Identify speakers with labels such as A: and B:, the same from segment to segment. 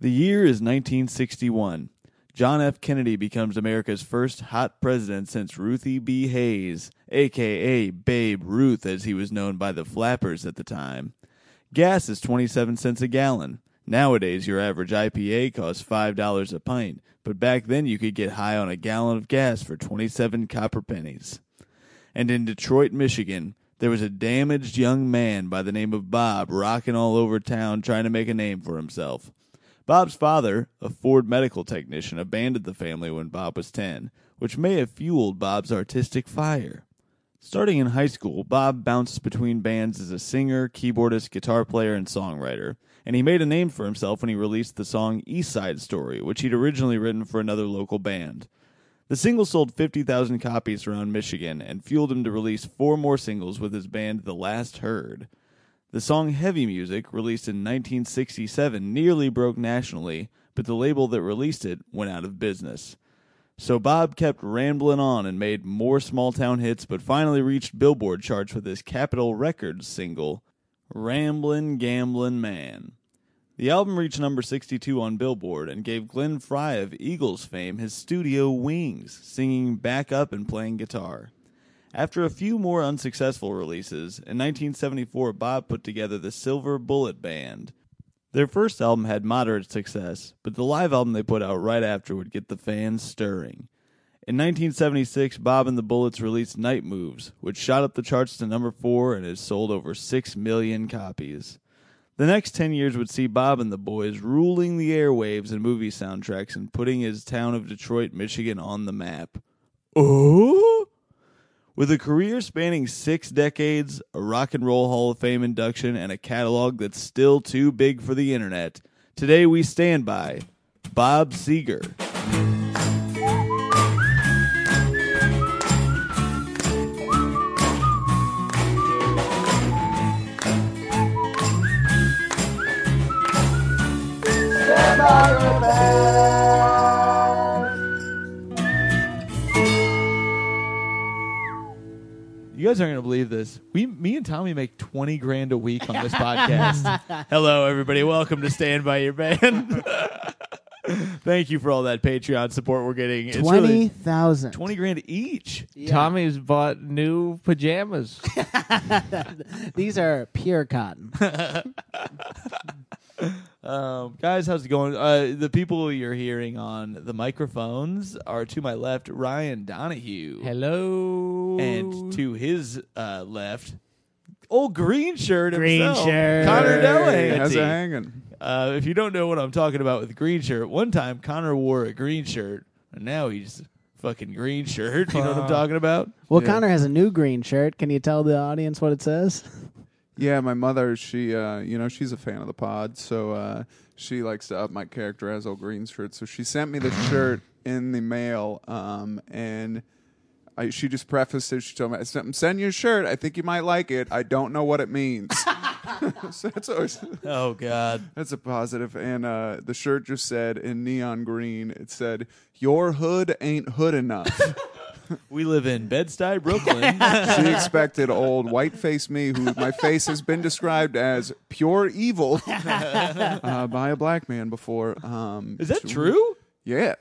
A: The year is 1961. John F. Kennedy becomes America's first hot president since Ruthie B. Hayes, aka Babe Ruth as he was known by the flappers at the time. Gas is 27 cents a gallon. Nowadays, your average IPA costs $5 a pint, but back then you could get high on a gallon of gas for 27 copper pennies. And in Detroit, Michigan, there was a damaged young man by the name of Bob rocking all over town trying to make a name for himself. Bob's father, a Ford medical technician, abandoned the family when Bob was 10, which may have fueled Bob's artistic fire. Starting in high school, Bob bounced between bands as a singer, keyboardist, guitar player, and songwriter, and he made a name for himself when he released the song East Side Story, which he'd originally written for another local band. The single sold 50,000 copies around Michigan and fueled him to release four more singles with his band The Last Heard. The song Heavy Music, released in 1967, nearly broke nationally, but the label that released it went out of business. So Bob kept rambling on and made more small town hits, but finally reached Billboard charts with his Capitol Records single, Ramblin' Gamblin' Man. The album reached number 62 on Billboard and gave Glenn Fry of Eagles fame his studio wings, singing back up and playing guitar. After a few more unsuccessful releases, in 1974 Bob put together the Silver Bullet Band. Their first album had moderate success, but the live album they put out right after would get the fans stirring. In 1976, Bob and the Bullets released Night Moves, which shot up the charts to number 4 and has sold over 6 million copies. The next 10 years would see Bob and the Boys ruling the airwaves and movie soundtracks and putting his town of Detroit, Michigan on the map. Oh? With a career spanning six decades, a Rock and Roll Hall of Fame induction, and a catalog that's still too big for the internet, today we stand by Bob Seger. You guys aren't going to believe this. We, me and Tommy make 20 grand a week on this podcast. Hello, everybody. Welcome to Stand By Your Band. Thank you for all that Patreon support we're getting. It's really-
B: Twenty thousand.
A: 20 grand each.
C: Tommy's bought new pajamas.
B: These are pure cotton.
A: Um, guys, how's it going? Uh, the people you're hearing on the microphones are to my left, Ryan Donahue.
C: Hello.
A: And to his uh, left, old green shirt
B: Green
A: himself,
B: shirt.
A: Connor
D: Hey, how's it
A: Delahanty.
D: hanging?
A: Uh, if you don't know what I'm talking about with green shirt, one time Connor wore a green shirt, and now he's fucking green shirt. You know what I'm talking about?
B: Well, Connor has a new green shirt. Can you tell the audience what it says?
D: Yeah, my mother, she, uh, you know, she's a fan of the pod, so uh, she likes to up my character as old green shirt. So she sent me the shirt in the mail, um, and I, she just prefaced it. She told me, "I'm sending you a shirt. I think you might like it. I don't know what it means." so that's always
A: Oh God.
D: that's a positive. And uh, the shirt just said in neon green, it said, "Your hood ain't hood enough."
A: We live in Bed-Stuy, Brooklyn.
D: She expected old white face me, who my face has been described as pure evil uh, by a black man before. Um,
A: Is that
D: to-
A: true?
D: Yeah.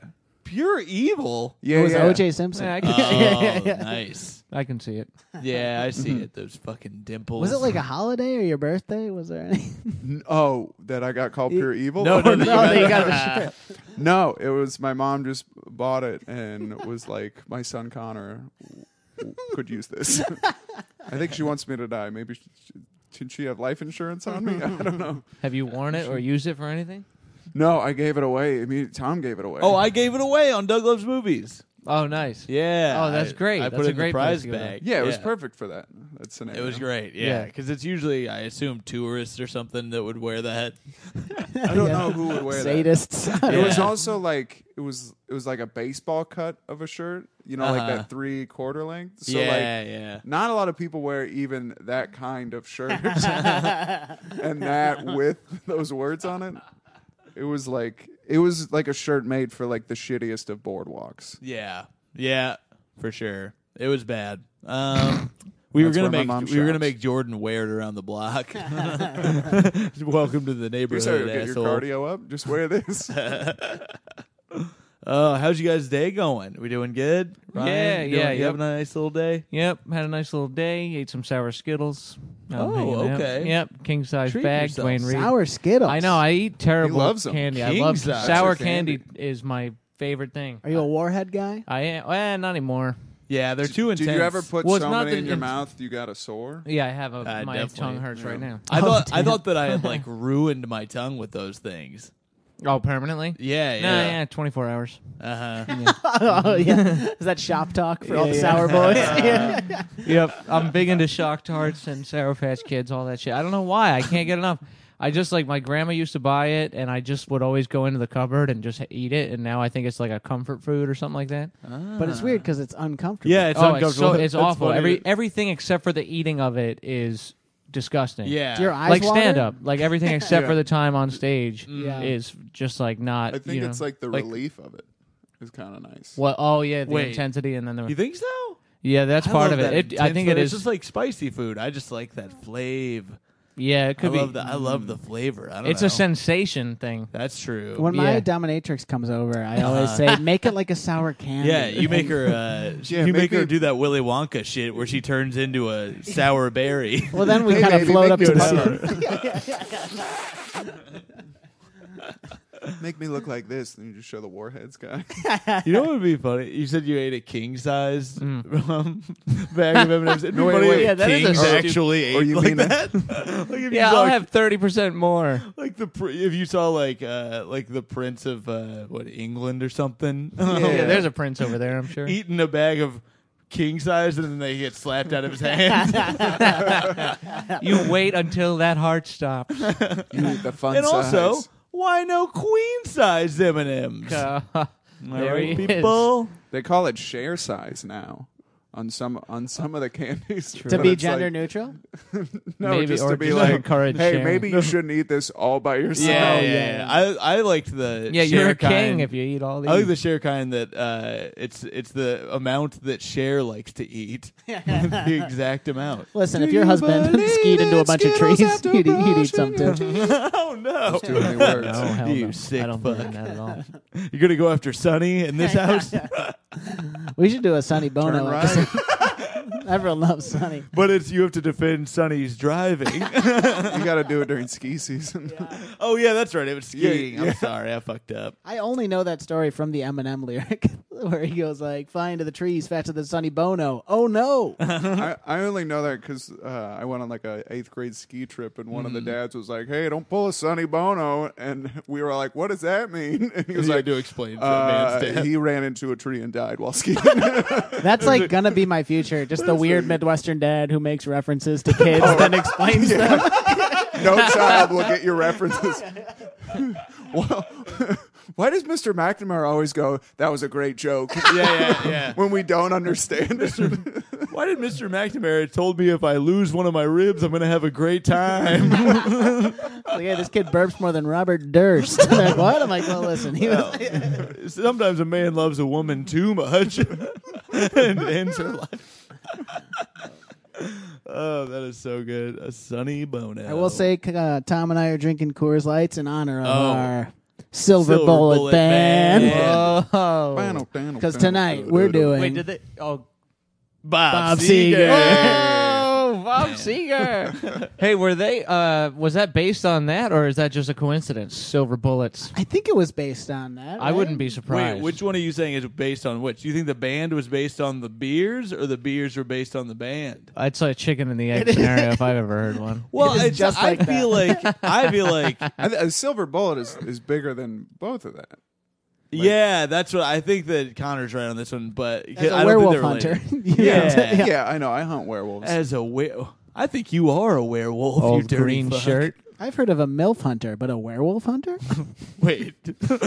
A: Pure evil.
D: Yeah.
B: it was
D: yeah.
B: O.J. Simpson.
C: Yeah, I, can,
A: Oh, nice.
C: uh, I can see it.
A: Yeah, I see it. Those fucking dimples.
B: was it like a holiday or your birthday? Was there any?
D: N- Oh, that I got called pure evil?
A: no, no,
B: no, that you got the shirt.
D: No, it was my mom just bought it and was like, my son Connor w- could use this. I think she wants me to die. Maybe she, should she have life insurance on me? I don't know.
C: Have you worn it or used it for anything?
D: No, I gave it away. I mean, Tom gave it away.
A: Oh, I gave it away on Doug Loves Movies.
C: Oh, nice.
A: Yeah.
C: Oh, that's
A: I-
C: great.
A: I
C: That's
A: put
C: a
A: it in
C: great
A: the prize
C: place to go.
A: bag.
D: yeah, it was perfect for that. That
A: It
D: scenario.
A: was great. Yeah,
C: Yeah.
A: because it's usually I assume tourists or something that would wear that.
D: I don't know who would wear that.
B: Sadists.
D: It was
A: Yeah.
D: also like it was it was like a baseball cut of a shirt, you know, like
A: Uh-huh.
D: that three quarter length. So
A: yeah,
D: like
A: yeah.
D: not a lot of people wear even that kind of shirt. and that with those words on it. It was like it was like a shirt made for like the shittiest of boardwalks.
A: Yeah. Yeah, for sure. It was bad. Um, We
D: That's
A: were gonna
D: where my
A: make
D: mom
A: we were gonna
D: shops.
A: make Jordan wear it around the block. Welcome to the
D: You're sorry
A: neighborhood,
D: to get
A: asshole.
D: your cardio up. Just wear this.
A: Uh, how's you guys' day going? We doing good? Ryan,
C: Yeah,
A: doing-
C: yeah,
A: You having a nice little day?
C: Yep, had a nice little day. Ate some sour Skittles. I'm
A: Oh,
C: hanging out.
A: okay.
C: Yep, king size
A: Treat
C: bag.
A: yourself.
C: Dwayne Reed.
B: Sour Skittles.
C: I know. I eat terrible
D: loves 'em.
C: candy. I
A: King
C: love
A: size
C: sour
D: candy.
C: candy. Is my favorite thing.
B: Are you a warhead guy?
C: I am. Eh, not anymore.
A: Yeah, they're too intense.
D: Did you ever put
C: Well, it's
D: so
C: not
D: many
C: that
D: in your
C: it's-
D: mouth you got a sore?
C: Yeah, I have a.
A: Uh,
C: my
A: definitely.
C: tongue hurts right now.
A: I
B: Oh,
A: thought I
B: damn.
A: thought that I had like ruined my tongue with those things.
C: Oh, permanently?
A: Yeah, yeah,
C: Nah, yeah, 24 hours.
A: Uh-huh.
B: oh yeah. Is that shop talk for all the sour boys?
C: yep. I'm big into shock tarts and Sour Patch Kids, all that shit. I don't know why. I can't get enough. I just like my grandma used to buy it, and I just would always go into the cupboard and just eat it. And now I think it's like a comfort food or something like that.
B: but it's weird because it's uncomfortable.
A: Yeah, it's
C: oh, it's so
A: uncomfortable.
C: it's awful.
A: funny.
C: Every everything except for the eating of it is disgusting.
A: yeah,
B: Do your eyes
C: like
B: water?
C: stand up, like everything except for the time on stage
A: Mm.
B: Yeah.
C: is just like not.
D: I think
C: you know,
D: it's like the
C: like-
D: relief of it is kind of nice.
C: What? Oh yeah, the
A: Wait.
C: intensity and then
A: you
C: the
A: think so?
C: yeah, that's
A: I
C: part
A: love
C: of
A: that
C: it. it I
A: intense
C: think
A: flavor.
C: it
A: It's
C: is.
A: just like spicy food. I just like that flavor.
C: yeah, it
A: I
C: could be.
A: love the I love the flavor. I don't
C: It's
A: know.
C: a sensation thing.
A: That's true.
B: When my
C: Yeah.
B: dominatrix comes over, I always say, "Make it like a sour candy."
A: yeah, you make her. Uh,
D: Yeah,
A: you make
D: make
A: her
D: me-
A: do that Willy Wonka shit where she turns into a sour berry.
B: Well, then we
D: Hey,
B: kind of
D: baby,
B: float
D: make
B: up
D: me
B: to
D: a
B: the
D: Make me look like this, and you just show the warheads guy.
A: you know what would be funny? You said you ate a king size um, bag of M&Ms. It'd be
D: No, wait,
A: funny
D: wait.
A: if
D: Yeah,
C: that is a
A: kings
C: stupid-
A: actually
D: or
A: ate
D: you
A: like
D: mean a-
A: that. like if
C: Yeah,
A: you saw,
C: I'll have thirty percent more.
A: like the pr- if you saw like uh, like the prince of uh, what England or something.
C: Yeah,
D: Yeah.
C: there's a prince over there. I'm sure.
A: eating a bag of king size and then they get slapped out of his hands.
C: you wait until that heart stops.
D: You eat the fun
A: and
D: size.
A: also, why no queen size M and M's?
C: Uh, there he is.
A: people.
D: they call it share size now on some on some of the candies.
B: to
D: But
B: be
D: it's like-
B: gender neutral.
D: no,
C: Maybe,
D: just
C: or
D: to be
C: just
D: like,
C: encourage
D: hey,
C: sharing.
D: maybe you shouldn't eat this all by yourself.
A: Oh, Yeah, yeah,
B: yeah.
A: yeah. I I liked the
C: Yeah, you're
A: share
C: a king
A: kind.
C: if Oh, you eat all these.
A: I like the share kind that uh, it's it's the amount that share likes to eat, the exact amount.
B: Listen, if your husband skied into a bunch of trees, he'd, eat- he'd eat some too.
A: oh no!
D: Too many words.
C: No, hell
A: You
C: no.
A: sick
C: I don't
A: fuck.
C: believe in that at all.
A: You're gonna go after Sonny in this house,
B: We should do a Sonny
D: Turn
B: Bono.
D: right.
B: episode. Everyone loves Sonny.
A: but it's you have to defend Sonny's driving.
D: you got to do it during ski season.
A: oh yeah, that's right. It was
D: Yeah,
A: skiing.
D: yeah.
A: I'm sorry, I fucked up.
B: I only know that story from the Eminem lyric where he goes like, "Flying to the trees faster than Sonny Bono." Oh no!
D: I, I only know that because uh, I went on like a eighth grade ski trip, and one of the
A: Mm-hmm.
D: dads was like, "Hey, don't pull a Sonny Bono," and we were like, "What does that mean?" And he was
A: You
D: like,
A: had to explain to a
D: uh,
A: man's dad.
D: "He ran into a tree and died while skiing."
B: That's like gonna be my future. Just the weird Midwestern dad who makes references to kids, then explains them.
D: no child will get your references. well, why does Mr. McNamara always go, "That was a great joke"?
A: yeah, yeah, yeah.
D: when we don't understand it.
A: Why did Mr. McNamara told me if I lose one of my ribs, I'm gonna have a great time?
B: Like, yeah, this kid burps more than Robert Durst. I'm like, what? I'm like, well, listen, he was,
A: Sometimes a man loves a woman too much and ends her life. oh, that is so good. A sunny bono.
B: I will say, uh, Tom and I are drinking Coors Lights in honor of
A: Oh.
B: our Silver,
A: Silver
B: Bullet,
A: Bullet
B: Band.
A: Band.
C: Whoa.
B: Because
D: Because
B: tonight we're doing.
C: Wait, did they? Oh,
A: Bob,
B: Bob
A: Seger.
C: oh, Bob Seger. hey, were they? Uh, was that based on that, or is that just a coincidence? Silver bullets.
B: I think it was based on that.
C: I
B: right?
C: wouldn't be surprised.
A: Wait, which one are you saying is based on which? Do you think the band was based on the beers or the beers were based on the band?
C: I'd say chicken and the egg scenario if I've ever heard one.
A: Well,
B: is
A: it's
B: just
A: I
B: like that.
A: feel like I feel like
D: I th- a silver bullet is, is bigger than both of that.
A: yeah, that's what I think that Connor's right on this one, but
B: As a
A: I don't think
B: werewolf
A: they're
B: hunter.
A: related.
B: You know what I'm saying?
A: Yeah.
D: Yeah, I know. I hunt werewolves.
A: As a were, I think you are a werewolf. you
C: Old
A: dirty
C: green
A: fuck.
C: shirt.
B: I've heard of a MILF hunter, but a werewolf hunter?
A: Wait.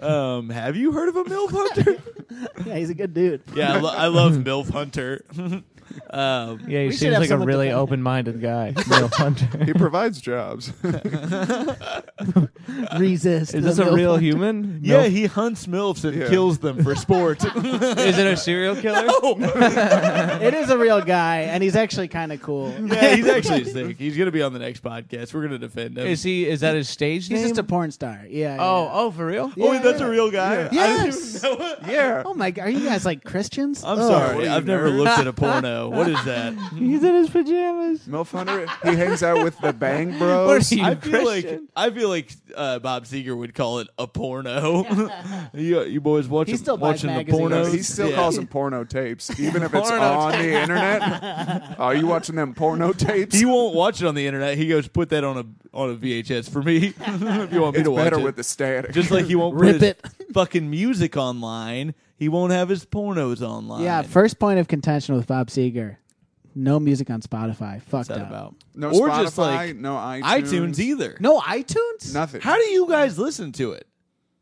A: um, have you heard of a milf hunter?
B: yeah, he's a good dude.
A: yeah, I, lo- I love milf hunter. Um,
C: Yeah, he
B: We should
C: seems
B: have
C: like a
B: someone
C: really
B: defend-
C: open-minded guy. Neil Hunter.
D: He provides jobs.
B: Resist. the
C: Is this a
B: milf
C: real
B: hunter.
C: human?
A: Yeah,
C: Milf-
A: he hunts milfs and
D: Yeah.
A: kills them for sport. Oh,
C: Is it a serial killer?
B: It is a real guy, and he's actually kind of cool.
A: yeah, he's actually sick. He's gonna be on the next podcast. We're gonna defend him.
C: Is he? Is that his stage
B: He's
C: name?
B: just a porn star. Yeah.
C: oh, oh, for real?
A: oh, wait, that's a real guy. I didn't
B: Yes.
A: even know it.
D: yeah.
B: Oh my god, are you guys like Christians?
A: I'm
B: Ugh.
D: what are
A: sorry.
D: you,
A: I've never
D: nerd?
A: looked at a porno. What is that?
C: He's in his pajamas.
D: Milf Hunter, he hangs out with the Bang
C: What
D: Bros.
C: are you,
A: I feel like
C: Christian?
A: I feel like uh, Bob Seeger would call it a porno. you, you boys watching
B: He still buys
A: watching the
B: magazines.
A: pornos?
D: He still
A: Yeah.
D: calls them porno tapes, even if it's
A: Porno
D: on the internet. Are you watching them porno tapes?
A: He won't watch it on the internet. He goes, "Put that on a on a VHS for me. if you want me
D: it's
A: to watch
D: better
A: it."
D: with the static.
A: Just like he won't put
B: Rip
A: his
B: it.
A: fucking music online, he won't have his pornos online.
B: Yeah, first point of contention with Bob Seger. No music on Spotify. Fucked
A: What's that
B: up.
A: about?
D: no
A: or
D: Spotify,
A: just like
D: no iTunes,
A: iTunes. either.
B: No iTunes?
D: nothing.
A: How do you guys listen to it?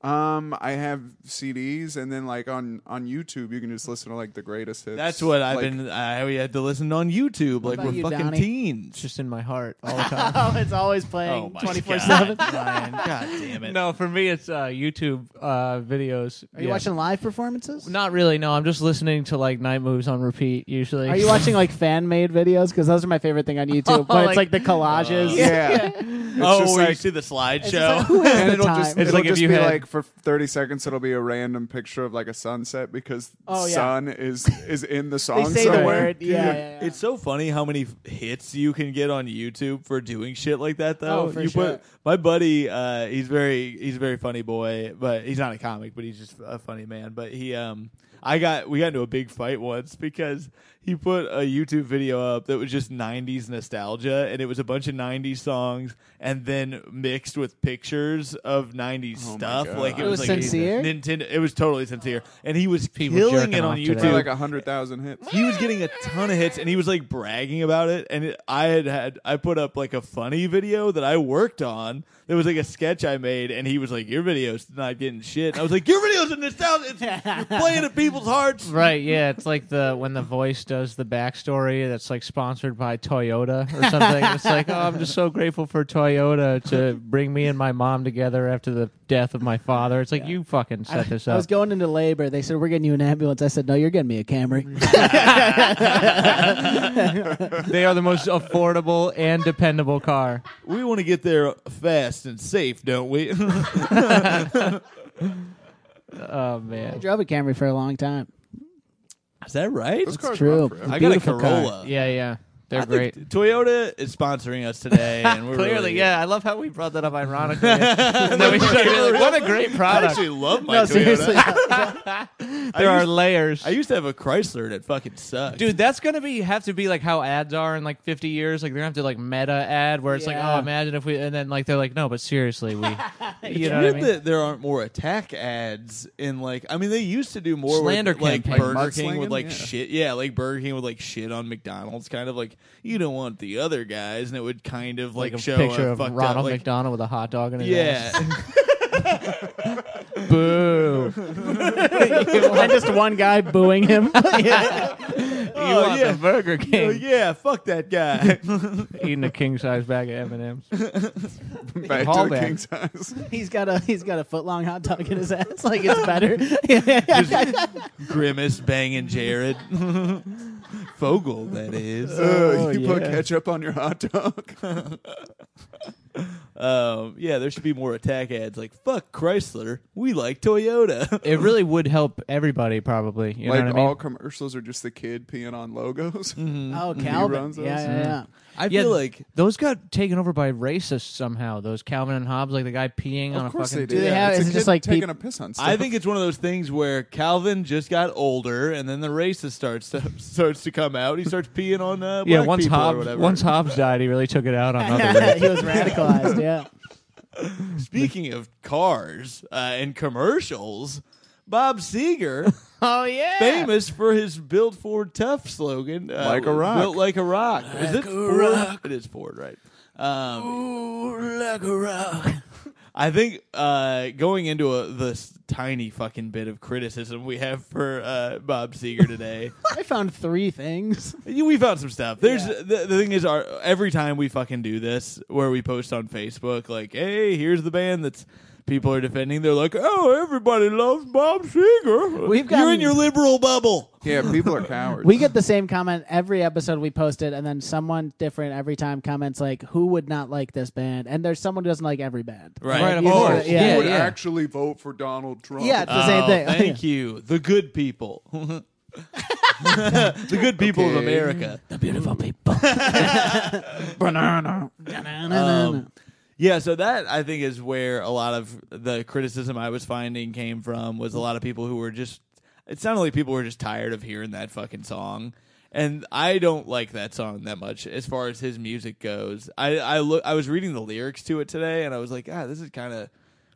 D: Um, I have CDs, and then like on on YouTube, you can just listen to like the greatest hits.
A: That's what I've
D: Like,
A: been. I we had to listen on YouTube, like
B: about
A: we're
B: you,
A: fucking
B: Donnie?
A: teens.
C: Just in my heart all the time.
B: Oh, it's always
A: Oh
B: playing
A: my
B: 24
A: God,
B: 7.
A: Ryan, God damn it!
C: No, for me it's uh, YouTube uh, videos.
B: Are you
C: Yeah.
B: watching live performances?
C: Not really. No, I'm just listening to like night moves on repeat usually.
B: Are you watching like fan made videos? Because those are my favorite thing on YouTube. But it's like
C: Like-
B: the
D: Uh,
B: collages.
D: Yeah.
A: oh,
D: just
A: where you
D: like-
A: see the slideshow.
B: It's just like, who has
D: and
B: the
D: it'll
B: time?
D: just
C: It's
D: it'll
C: like if
D: just
C: you
D: be
C: had-
D: like for 30 seconds it'll be a random picture of like a sunset because
B: Oh, yeah.
D: sun is is in the
B: they
D: song
B: say the
D: somewhere.
B: word. Yeah, yeah, yeah.
A: It's so funny how many f- hits you can get on YouTube for doing shit like that. Though
B: Oh, for
A: you
B: sure.
A: my buddy, uh, he's very he's a very funny boy, but he's not a comic, but he's just a funny man. But he, um, I got we got into a big fight once because he put a YouTube video up that was just '90s nostalgia, and it was a bunch of '90s songs, and then mixed with pictures of '90s
D: Oh my
A: stuff.
D: God.
A: Like it,
B: It was
A: like
B: sincere?
A: Nintendo. It was totally sincere, and he was
C: People
A: killing
C: jerking
A: it on
C: off to that.
A: YouTube
D: Probably like 100,000 hits.
A: he was getting a ton of hits and he was like bragging about it and it, i had had i put up like a funny video that i worked on there was like a sketch i made and he was like your video's not getting shit and i was like your video's in nostalgia it's, you're playing at people's hearts
C: Right, yeah, it's like the when the voice does the backstory that's like sponsored by Toyota or something. it's like, oh, I'm just so grateful for Toyota to bring me and my mom together after the death of my father. It's like you fucking set this
B: I
C: up.
B: was going into labor. They said, We're getting you an ambulance. I said, No, you're getting me a Camry.
C: they are the most affordable and dependable car.
A: we want to get there fast and safe don't we
C: Oh
B: I
C: man.
B: drove a Camry for a long time.
A: is that right
D: Those cars
B: true.
D: run forever.
A: i got a
B: beautiful car.
A: corolla
C: Yeah, yeah. They're
A: I
C: great.
A: think toyota is sponsoring us today and we're
C: Clearly,
A: really-
C: yeah. I love how we brought that up ironically. And then we started like, what a great
A: I
C: product.
A: actually love my
B: No,
A: Toyota.
B: seriously.
C: there
A: I
C: are
A: used-
C: layers.
A: I used to have a Chrysler and it fucking sucked.
C: Dude, that's gonna be have to be like how ads are in like fifty years. Like they're gonna have to like meta ad where it's
B: Yeah.
C: like, oh, imagine if we and then like they're like, no, but seriously, we, you
A: It's
C: know, what I
A: weird
C: mean?
A: that there aren't more attack ads in like. I mean, they used to do more
C: Slander
A: with like
C: campaigns.
A: Burger King with
D: Mudslinging?
A: like
D: Yeah.
A: shit. Yeah, like Burger King with like shit on McDonald's, kind of like you don't want the other guys, and it would kind of like,
C: like a
A: show
C: picture
A: a
C: of
A: fucked
C: Ronald
A: up, like,
C: McDonald with a hot dog in his
A: Yeah,
C: ass. boo.
B: and just one guy booing him.
C: you want
A: yeah.
C: the Burger
A: Oh,
C: King
A: yeah, fuck that guy.
C: eating a king size bag of M and M's?
D: Back to the
C: Hallback.
D: king size.
B: he's got a he's got a foot long hot dog in his ass. Like it's better. Yeah.
A: Grimace banging Jared Fogel. That is.
B: Oh,
D: Ugh, you put
C: yeah.
D: ketchup on your hot dog.
A: Um, yeah, there should be more attack ads. Like fuck Chrysler, we like Toyota.
C: It really would help everybody, probably. You
D: like
C: know what I mean?
D: all commercials are just the kid peeing on logos.
B: Oh,
D: He
B: Calvin.
D: runs
B: Yeah,
D: those.
B: yeah, yeah.
A: I
C: Yeah,
A: feel like
C: Those got taken over by racists somehow. Those Calvin and Hobbes, like the guy peeing on
D: Of
C: a
D: course
C: fucking.
D: they do.
B: Do they
D: yeah.
B: have-
D: it's
B: is
D: a
B: it just
D: kid
B: like
D: taking
B: peop-
D: a piss on stuff.
A: I think it's one of those things where Calvin just got older, and then the racist starts to, starts to come out. He starts peeing on uh, black
C: Yeah, once
A: people or
C: Hobbes,
A: whatever.
C: once Hobbes died, he really took it out on other.
B: he was radicalized. Yeah.
A: Speaking of cars uh, and commercials, Bob Seger,
C: oh yeah,
A: famous for his "Built Ford Tough" slogan, uh,
D: Like a rock.
A: built like a rock. is it Ford? It is Ford, right? Um,
D: like a rock.
A: I think uh, going into a, this tiny fucking bit of criticism we have for uh, Bob Seger today,
B: I found three things.
A: you- we found some stuff. There's
B: Yeah.
A: the, the thing is, our every time we fucking do this, where we post on Facebook, like, hey, here's the band that's people are defending. They're like, oh, everybody loves Bob Seger. You're
B: We've
A: in
B: gotten-
A: your liberal bubble.
D: Yeah, people are cowards.
B: We get the same comment every episode we post it, and then someone different every time comments like, "Who would not like this band?" And there's someone who doesn't like every band.
A: Right.
C: Right, of
B: You
D: oh,
B: know,
C: course.
D: who
B: yeah.
D: would
C: yeah.
D: actually vote for Donald Trump?
B: Yeah, it's the same
A: Oh,
B: thing.
A: Thank you. The good people. the good people of
D: Okay.
A: America.
B: The beautiful people.
D: banana.
A: Um, yeah, so that I think is where a lot of the criticism I was finding came from was a lot of people who were just it sounded like people were just tired of hearing that fucking song. And I don't like that song that much as far as his music goes. I I look I was reading the lyrics to it today and I was like, ah, this is kind of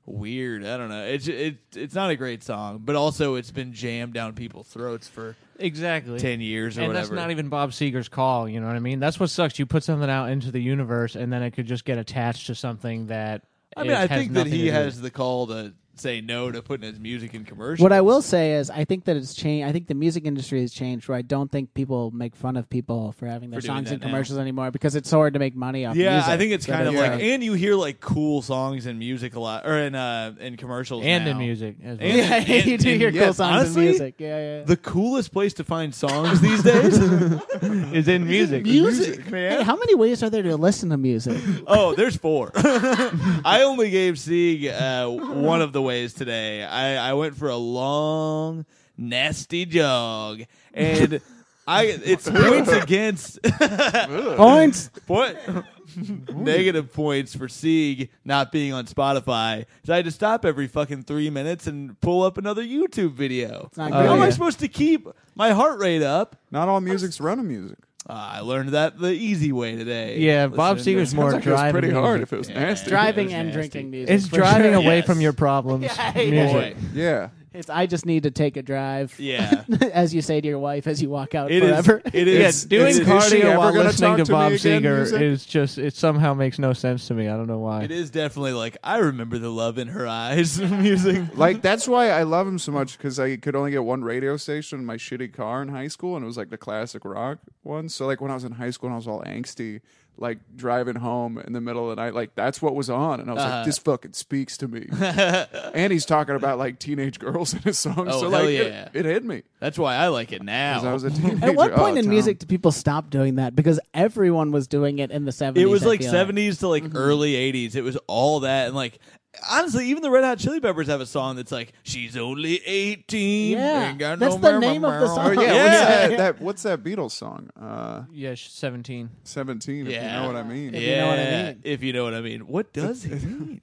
A: weird. I don't know. It's it it's not a great song, but also it's been jammed down people's throats for
C: Exactly.
A: 10 years or
C: and
A: whatever.
C: that's not even Bob Seger's call. You know what I mean? That's what sucks. You put something out into the universe, and then it could just get attached to something that.
A: I mean,
C: is-
A: I
C: has
A: think that
C: nothing
A: he
C: to do-
A: has the call to say no to putting his music in commercials.
B: What I will say is, I think that it's changed. I think the music industry has changed, where I don't think people make fun of people for having their
A: For doing
B: songs
A: that
B: in
A: now.
B: commercials anymore because it's so hard to make money off.
A: Yeah,
B: music.
A: I think it's
B: So
A: kind of
B: that-
A: like, and you hear like cool songs and music a lot, or in uh, in commercials
C: and in
A: now.
C: music as well.
A: And-
B: yeah, you do hear
D: yeah,
B: cool songs
A: honestly,
B: and music. Yeah, yeah.
A: The coolest place to find songs these days is in music.
B: Music, Hey, how many ways are there to listen to music?
A: Oh, there's four. I only gave Sieg uh, one of the ways today. I, I went for a long, nasty jog, and I it's points against
B: Points.
A: point negative points for Sieg not being on Spotify. So I had to stop every fucking three minutes and pull up another YouTube video.
B: not
A: How
B: good.
A: am I
B: Yeah.
A: supposed to keep my heart rate up?
D: Not all music's run of music.
A: Uh, I learned that the easy way today.
C: Yeah, Bob
A: Listening to-
C: Seger's more
D: Sounds like it was
C: driving.
D: pretty
C: music.
D: hard if it was nasty.
B: driving
A: It's
B: and
A: nasty.
B: drinking music.
C: It's
B: for
C: driving
B: sure.
C: away
A: Yes.
C: from your problems.
B: Yeah, yeah.
C: music.
A: Boy,
D: Yeah.
B: It's I just need to take a drive.
A: yeah.
B: as you say to your wife as you walk out
A: It is.
B: forever.
A: It
C: Yeah,
A: is.
C: doing
D: is- is she
C: cardio
D: ever
C: while
D: gonna
C: listening
D: talk
C: to
D: to me
C: Bob
D: again,
C: Seger
D: music?
C: is just it somehow makes no sense to me. I don't know why.
A: It is definitely like I remember the love in her eyes music.
D: Like that's why I love him so much because I could only get one radio station in my shitty car in high school, and it was like the classic rock one. So like when I was in high school and I was all angsty, like driving home in the middle of the night, like that's what was on, and I was
B: Uh-huh.
D: like, this fucking speaks to me. and he's talking about like teenage girls in his song,
A: Oh,
D: so
A: hell
D: like it-
A: yeah.
D: it, hit me
A: That's why I like it
D: 'cause I
A: now.
D: was a teenager.
B: At what point
D: Oh,
B: in
D: Tom.
B: music do people stop doing that? Because everyone was doing it in the 70s.
A: It was
B: I
A: like
B: feel
A: seventies to like early eighties. It was all that and like honestly, even the Red Hot Chili Peppers have a song that's like "She's only 18.
B: Yeah.
A: ain't got
B: That's
A: no
B: the
A: mar-
B: name
A: mar-
B: of the
A: mar-
D: Oh
B: song.
D: yeah, What's,
A: yeah,
D: that, that, what's that Beatles song? Uh,
C: yeah, she's seventeen.
D: Seventeen, if
A: Yeah.
D: you know what I mean.
A: yeah.
B: you know what I mean.
A: If you know what I mean, what does he mean?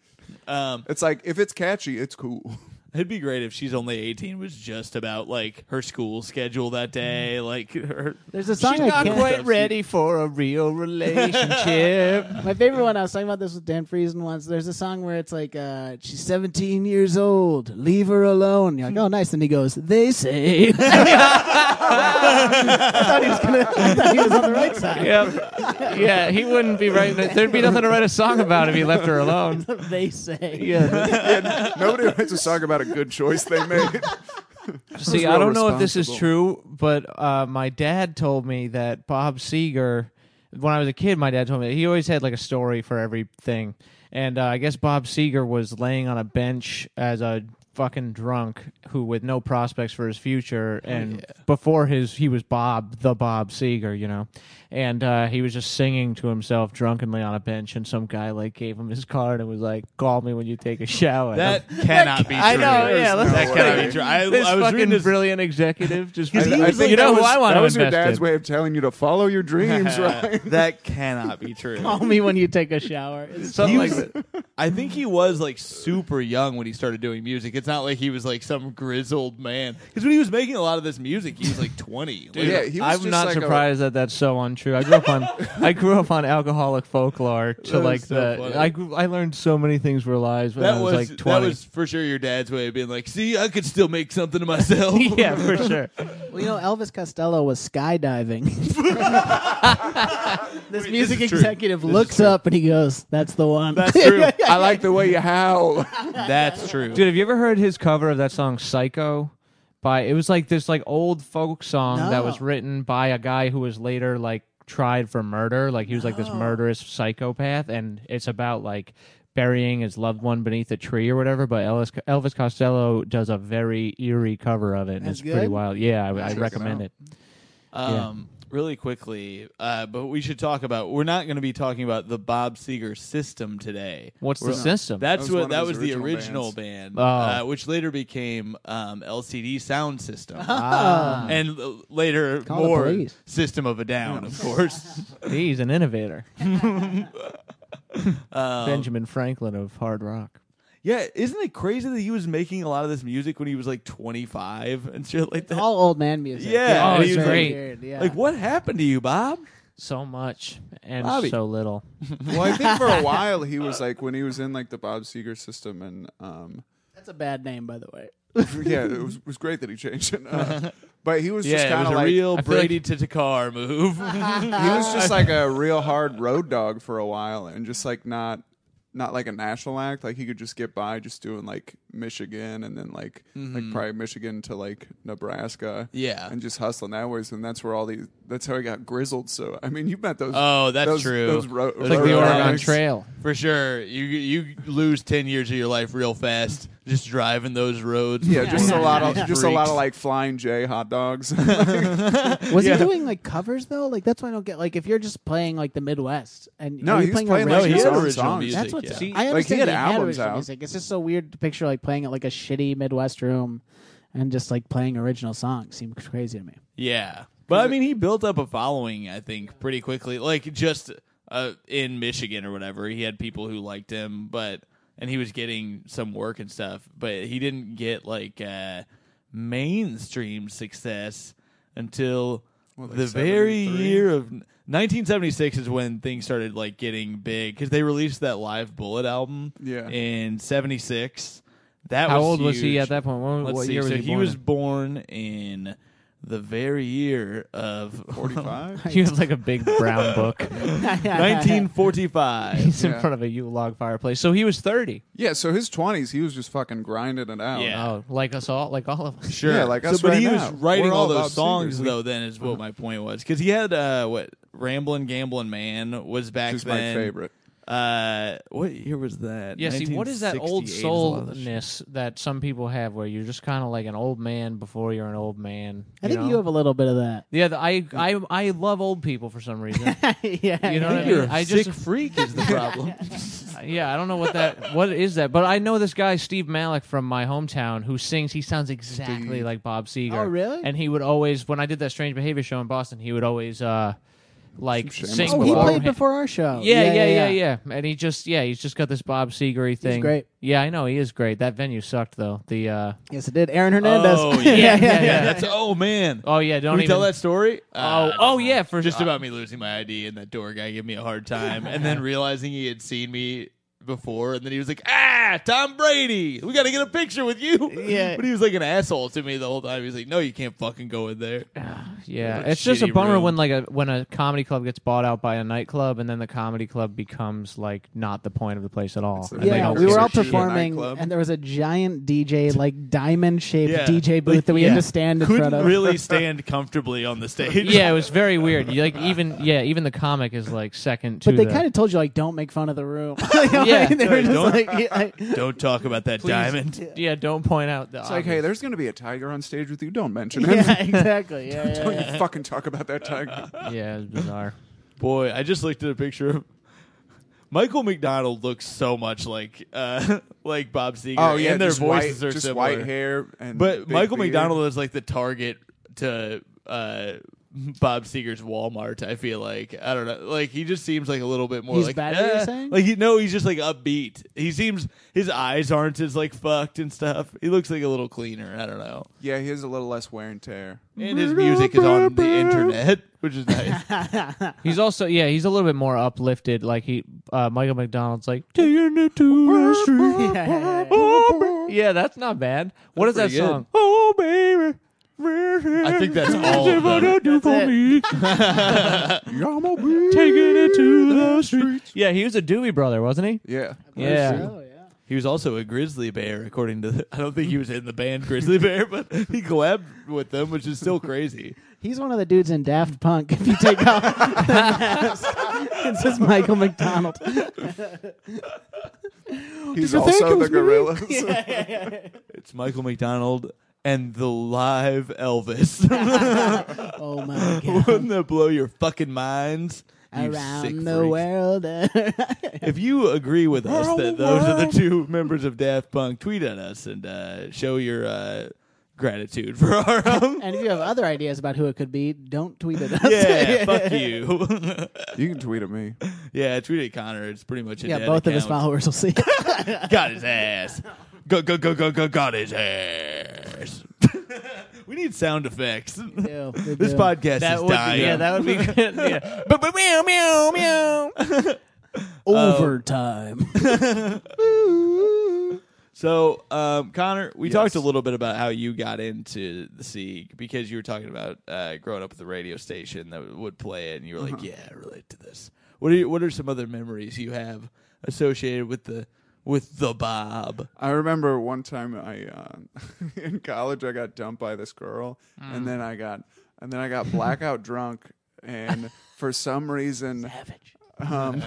A: Um,
D: It's like if it's catchy, it's cool.
A: it'd be great if she's only eighteen was just about like her school schedule that day, like her.
B: Mm-hmm. There's a song I can't-
C: ready for a real relationship.
B: My favorite one, I was talking about this with Dan Friesen once. There's a song where it's like, uh, she's 17 years old, leave her alone. You're like, oh, nice. And he goes, they say. I thought he was gonna, I thought he was on the right side.
C: yeah, yeah, he wouldn't be writing. it. There'd be nothing to write a song about if he left her alone.
B: They say.
C: Yeah.
D: yeah, nobody writes a song about a good choice they made.
C: See,
D: real
C: I don't know if this is
D: responsible.
C: true, but uh, my dad told me that Bob Seger, when I was a kid, my dad told me that he always had like a story for everything, and uh, I guess Bob Seger was laying on a bench as a fucking drunk who with no prospects for his future and before his he was bob the bob seeger you know and uh, he was just singing to himself drunkenly on a bench and some guy like gave him his card and was like call me when you take a shower
A: That cannot be true.
C: I know, yeah, let's-
A: that
D: There's no
A: cannot
D: way.
A: be true. I,
C: this
A: I was reading
C: fucking
A: this.
C: brilliant executive just
D: I, I think
C: you
D: that
C: know who
D: was,
C: I want
D: That
C: to
D: was your
C: invest
D: dad's
C: in.
D: way of telling you to follow your dreams, right?
A: that cannot be true.
B: Call me when you take a shower. It's so-
C: Something
A: He
C: like
A: was-
C: that.
A: I think he was like super young when he started doing music. It's not like he was like some grizzled man. Because when he was making a lot of this music, he was like twenty. Like,
D: yeah, he was
C: I'm
D: just
C: not
D: like a-
C: surprised that that's so untrue. I grew up on I grew up on alcoholic folklore to
A: was
C: like
A: so
C: the
A: funny.
C: I grew, I learned so many things were lies when
A: that
C: I
A: was
C: was, like 20.
A: that was for sure your dad's way of being like, see, I could still make something of myself.
C: yeah, for sure.
B: Well, you know, Elvis Costello was skydiving. this music
A: is true.
B: executive looks up and he goes, "That's the one."
A: That's true.
D: I like the way you howl.
A: That's true.
C: Dude, have you ever heard his cover of that song "Psycho"? By it was like this like old folk song that was
B: No.
C: written by a guy who was later like tried for murder. Like he was like this murderous psychopath, and it's about like burying his loved one beneath a tree or whatever. But Elvis, Elvis Costello does a very eerie cover of it, and
B: That's
C: it's pretty
B: good?
C: wild. Yeah, I, I
D: check it
C: recommend
D: out.
C: it.
A: Um, Really quickly, uh, but we should talk about. We're not going to be talking about the Bob Seger system today.
C: What's the system?
A: That's
D: was one
A: what
D: of
A: that
D: his
A: was the
D: original
A: original band,
B: Oh.
A: uh, which later became um, LCD Sound System, and uh, later
B: Ah. Call the
A: more
B: police.
A: System of a Down, of course.
C: He's an innovator,
A: Um,
C: Benjamin Franklin of hard rock.
A: Yeah, isn't it crazy that he was making a lot of this music when he was like 25 and shit like that?
B: All old man music.
A: Yeah.
C: Oh,
B: it
C: it's
B: was
C: great.
B: weird, yeah.
A: Like, what happened to you, Bob?
C: So much and
A: Bobby.
C: so little.
D: well, I think for a while he was like when he was in like the Bob Seger system, and um,
B: That's a bad name, by the way.
D: yeah, it was, was great that he changed it. Uh, but he was just
A: Yeah, it
D: kind
A: was
D: of
A: a
D: like
A: real
C: I feel like-
A: Brady to Takar move.
D: he
A: Uh,
D: was just like a real hard road dog for a while, and just like not not like a national act. Like he could just get by just doing like Michigan, and then like like probably Michigan to like Nebraska,
A: Mm-hmm. Yeah.
D: and just hustling that ways. And that's where all these. That's how he got grizzled. So I mean, you met those.
A: Oh, that's
D: those-
A: true.
D: Those ro-
A: It's
C: Like
A: Like
D: road
C: the
A: the
C: Oregon
D: dogs.
A: Alex.
C: Trail.
A: For sure. You you lose 10 years of your life real fast just driving those roads.
D: Yeah,
A: with
D: just a
A: one
D: lot of
A: these
D: just a lot of
A: freaks.
D: like flying J hot dogs.
B: Was
A: Yeah.
B: he doing like covers though? Like that's why I don't get. Like if you're just playing like the Midwest and
D: no,
B: are you
D: he was
B: playing,
D: playing
B: original
D: like his
A: original
D: own
A: music?
D: songs.
A: Yeah,
B: That's what
A: yeah.
C: See,
B: I understand.
D: like, he had
B: that
D: albums
B: original
D: out.
B: Music. It's just so weird to picture like playing at like a shitty Midwest room, and just like playing original songs seemed crazy to me.
A: Yeah. But I mean, he built up a following, I think, pretty quickly. Like just uh, in Michigan or whatever, he had people who liked him, but and he was getting some work and stuff, but he didn't get like uh, mainstream success until
D: What, like
A: the very
D: 73?
A: year of 1976 is when things started like getting big because they released that Live Bullet album
D: Yeah.
A: in 76. That
C: How
A: was
C: old was he
A: huge.
C: at that point? When,
A: Let's
C: what
A: see.
C: year
A: so
C: was he,
A: he
C: born
A: was
C: in?
A: born in the very year of
D: 45?
C: He was like a big brown book.
A: 1945.
C: He's in front of a U log fireplace. So he was thirty.
D: Yeah, so his 20s, he was just fucking grinding it out.
A: Yeah.
C: Oh, like us all, like all of us.
A: Sure.
D: Yeah, like
A: so,
D: us
A: but
D: right
A: he
D: now.
A: was writing
D: We're
A: all
D: all
A: those
D: Bob
A: songs
D: Segers. We- Uh-huh.
A: though. Then is what my point was because he had uh, what Ramblin' Gambling Man was back
D: Which is my
A: then.
D: favorite.
A: Uh, what year was that?
C: Yeah. See, what is that old
A: 1968 is a lot of this shit.
C: soulness that some people have, where you're just kind of like an old man before you're an old man?
B: I think
C: know?
B: you have a little bit of that.
C: Yeah, the, I I I love old people for some reason.
B: yeah,
A: I
C: You know what
A: think
C: I mean?
A: you're a
C: I
A: sick
C: just-
A: freak is the problem.
C: Uh, yeah, I don't know what that what is that, but I know this guy Steve Malik from my hometown who sings. He sounds exactly like Bob Seger.
B: Oh, really?
C: And he would always when I did that Strange Behavior show in Boston, he would always uh like
D: Some shameless
C: sing.
B: Oh, he
D: Well,
B: played
C: beforehand.
B: before our show.
C: Yeah, yeah, yeah, yeah, And he just yeah, he's just got this Bob Segery thing.
B: great.
C: Yeah, I know he is great. That venue sucked though. The uh
B: Yes, it did. Aaron Hernandez.
A: Oh yeah, yeah,
C: yeah, yeah.
A: That's oh man.
C: oh yeah, don't
A: Can we
C: even
A: tell that story?
C: Oh, oh yeah, for
A: just
C: uh,
A: about me losing my ID and that door guy gave me a hard time, and then realizing he had seen me before, and then he was like, "Ah, Tom Brady, we got to get a picture with you."
B: Yeah.
A: but he was like an asshole to me the whole time. He was like, "No, you can't fucking go in there."
B: Uh,
C: Yeah,
A: Like
C: it's just a
A: shitty
C: bummer
A: room.
C: when like a when a comedy club gets bought out by a nightclub, and then the comedy club becomes like not the point of the place at all.
D: It's the
C: And they
B: Yeah,
C: don't
B: we were
C: care.
B: all
D: Shit.
B: performing,
D: Nightclub.
B: and there was a giant DJ, like diamond shaped
A: Yeah.
B: DJ booth
A: Like,
B: that we
A: yeah.
B: had to stand in front
A: Couldn't
B: of.
A: really stand comfortably on the stage.
C: Yeah, it was very weird. You, like even yeah, even the comic is like second to.
B: but they
C: the-
B: kind of told you like, don't make fun of the room. You know,
C: Yeah.
B: they were
A: Hey, don't-
B: just like, yeah, like-
A: Don't talk about that diamond.
C: yeah don't point out the.
D: It's like, hey, there's going to be a tiger on stage with you. Don't mention him.
B: yeah, exactly. Yeah, yeah,
D: Don't
B: yeah.
D: you fucking talk about that tiger.
C: yeah, it's bizarre.
A: Boy, I just looked at a picture of Michael McDonald looks so much like uh like Bob Seger. and their
D: Oh, just
A: voices
D: white,
A: are
D: just
A: similar.
D: white hair and
A: But
D: big
A: Michael
D: beard.
A: McDonald is like the target to uh, Bob Seger's Walmart. I feel like I don't know. Like he just seems like a little bit more
B: He's
A: like
B: better, you're
A: eh.
B: saying?
A: like you know he's just like upbeat. He seems his eyes aren't as like fucked and stuff. He looks like a little cleaner. I don't know.
D: Yeah, he has a little less wear and tear.
A: And his music is on the internet, which is nice.
C: He's also yeah, he's a little bit more uplifted. Like he, uh, Michael McDonald's like taking it to the street.
B: Yeah, yeah, yeah.
C: Oh, ba- yeah, that's not bad. What is
A: That's
C: that
A: pretty
C: song? Oh baby,
A: I think that's all of them.
C: do for
B: it.
C: me? Taking it to the streets. Yeah, he was a Doobie Brother, wasn't he?
D: Yeah.
C: Yeah.
B: Oh yeah.
A: He was also a grizzly bear, according to. The, I don't think he was in the band Grizzly Bear, but he collabed with them, which is still crazy.
B: He's one of the dudes in Daft Punk. If you take off, it's just Michael McDonald.
D: He's
B: you think it
D: also the
B: was me?
D: gorillas.
A: It's Michael McDonald and the live Elvis.
B: Oh my god!
A: Wouldn't that blow your fucking minds? You sick
B: Around the
A: freaks.
B: world.
A: If you agree with us
D: Around
A: that
D: the
A: those are the
D: world.
A: two members of Daft Punk, tweet at us and uh, show your uh, gratitude for our. Um,
B: and if you have other ideas about who it could be, don't tweet at us.
A: yeah, fuck you.
D: You can tweet at me.
A: yeah, tweet at Connor. It's pretty much a
B: Yeah,
A: dead
B: both of his
A: account.
B: followers will see. it.
A: Got his ass. Go go go go go got his ass. we need sound effects.
B: do, they
A: this
B: do.
A: podcast is
C: would,
A: dying.
C: yeah, that would be good. Yeah. But, but meow, meow, meow.
A: oh.
B: Overtime.
A: so, um, Connor, we
D: Yes.
A: talked a little bit about how you got into the Sieg because you were talking about uh, growing up with the radio station that would play it, and you were like, "Yeah, I relate to this." What are you, what are some other memories you have associated with the with the Bob?
D: I remember one time I uh, in college I got dumped by this girl,
A: Mm.
D: and then I got and then I got blackout drunk, and for some reason um,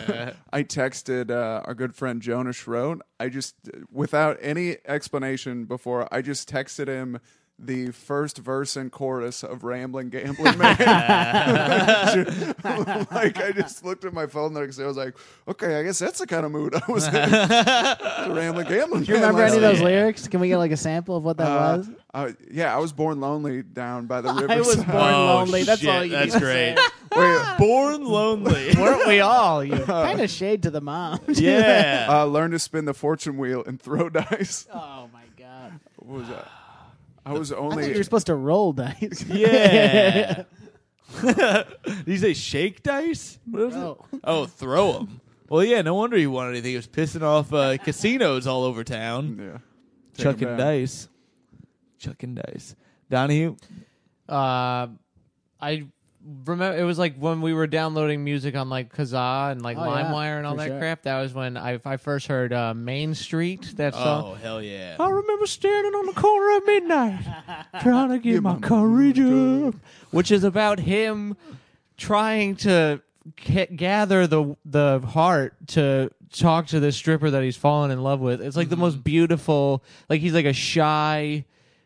D: I texted uh, our good friend Jonah Schroen. I just, without any explanation before, I just texted him the first verse and chorus of Rambling Gambling Man. like, I just looked at my phone there because I was like, okay, I guess that's the kind of mood I was in. the Rambling Gambling
B: Do you remember any of those
A: Yeah.
B: lyrics? Can we get like a sample of what that was?
D: uh, yeah, I was born lonely down by the riverside.
B: I was born lonely. That's all you need to say.
A: great. Born lonely.
C: Weren't we all? You
B: Kind of shade to the mom.
A: uh. yeah.
D: uh, learn to spin the fortune wheel and throw dice.
B: oh my god!
D: What was that? I was
A: Oh
B: I
D: only.
B: thought you were supposed to roll dice.
A: Yeah. Did you say shake dice? What was
B: No.
A: it? Oh, throw them. Well, yeah, no wonder he wanted anything. He was pissing off uh, casinos all over town,
D: yeah. Take 'em
A: chucking
D: down.
A: dice, chucking dice. Donahue,
C: uh, I remember it was like when we were downloading music on like Kazaa and like
B: Oh, yeah,
C: LimeWire and all
B: for
C: that
B: sure.
C: crap. That was when I, I first heard uh, Main Street. That
A: oh
C: song.
A: hell yeah,
C: I remember standing on the corner at midnight trying to get my courage up, which is about him trying to ca- gather the the heart to talk to this stripper that he's fallen in love with. It's like the most beautiful. Like he's like a shy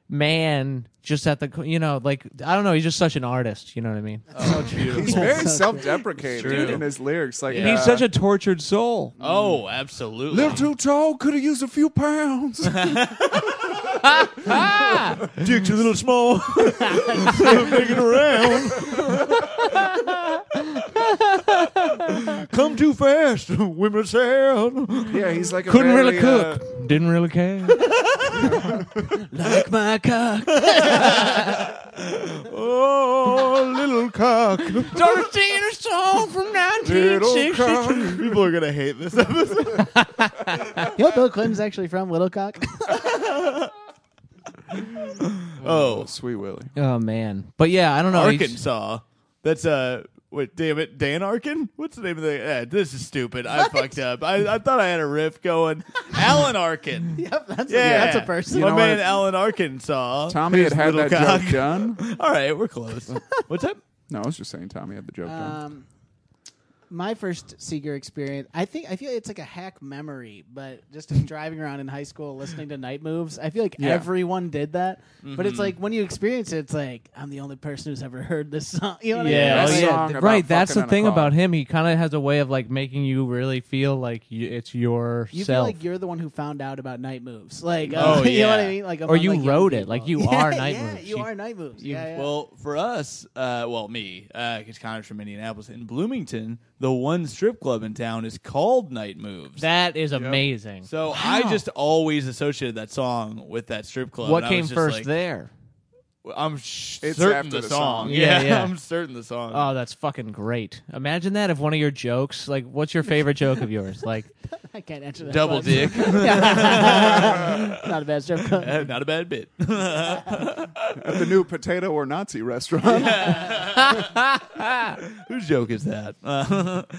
C: man just at the co- you know like I don't know. He's just such an artist. You know what I mean?
D: He's
B: So
D: very
B: true.
A: True.
D: self-deprecating in his lyrics. Like uh,
A: Yeah.
C: He's such a tortured soul.
A: oh absolutely.
D: little too tall. Could have used a few pounds.
A: Dick's a little small. Making around. Come too fast, women sound.
D: yeah, he's like a
C: Couldn't
D: very, uh,
C: really cook. Didn't really care.
B: Like my cock.
A: Oh, little cock.
C: Thirteen or so from
D: Little
C: 1960.
D: cock.
A: People are gonna hate this episode.
B: Yo, Bill Clinton's actually from Littlecock.
A: Oh,
D: Oh, sweet Willie.
C: Oh man, but yeah, I don't know. He's-
A: Arkansas. That's uh, wait, damn it, Dan Arkin. What's the name of the? eh, this is stupid. I fucked up. I, I thought I had a riff going. Alan Arkin. yeah,
B: yep, that's
A: yeah,
B: a, that's a person.
A: My
D: know
A: man,
D: what?
A: Alan Arkansas.
D: Tommy
A: Here's
D: had had
A: little
D: that
A: cock.
D: joke done.
A: All right, we're close. What's up?
D: No, I was just saying Tommy had the joke done.
B: Um, my first Seeger experience, I think I feel it's like a hack memory, but just in driving around in high school listening to night moves, I feel like
D: Yeah.
B: everyone did that. But
C: Mm-hmm.
B: it's like when you experience it, it's like I'm the only person who's ever heard this song. You know what
D: That
C: Yeah,
B: I
C: oh,
B: mean? It's
C: yeah.
B: like-
D: song about
C: right. That's
D: fucking
C: the
D: on a
C: thing
D: car.
C: about him. He kind of has a way of like making you really feel like you, it's yourself,
B: You feel like you're the one who found out about night moves, like uh,
A: Oh,
B: you know what I
A: yeah.
B: mean, like
C: or
B: among,
C: you
B: like, young
C: wrote it.
B: people.
C: Like you
B: Yeah,
C: are night
B: yeah,
C: moves.
B: You, are night moves. yeah, yeah.
A: Well, for us, uh, well, me, because Connor's from Indianapolis. In Bloomington, the one strip club in town is called Night Moves.
C: That is amazing.
A: so I just always associated uh, that song with that strip club.
C: what
A: and I was
C: came
A: just
C: first
A: like,
C: there?
A: I'm sh-
D: It's
A: certain
D: after
A: the,
D: the
A: song.
D: song.
A: Yeah,
C: Yeah, yeah.
A: I'm certain the song.
C: Oh, that's fucking great. Imagine that if one of your jokes, like, what's your favorite joke of yours? Like,
B: I can't answer that.
A: Double
B: question.
A: dick.
B: Not a bad joke.
A: Uh, Not a bad bit. Uh,
D: At the new potato or Nazi restaurant.
A: Whose joke is that?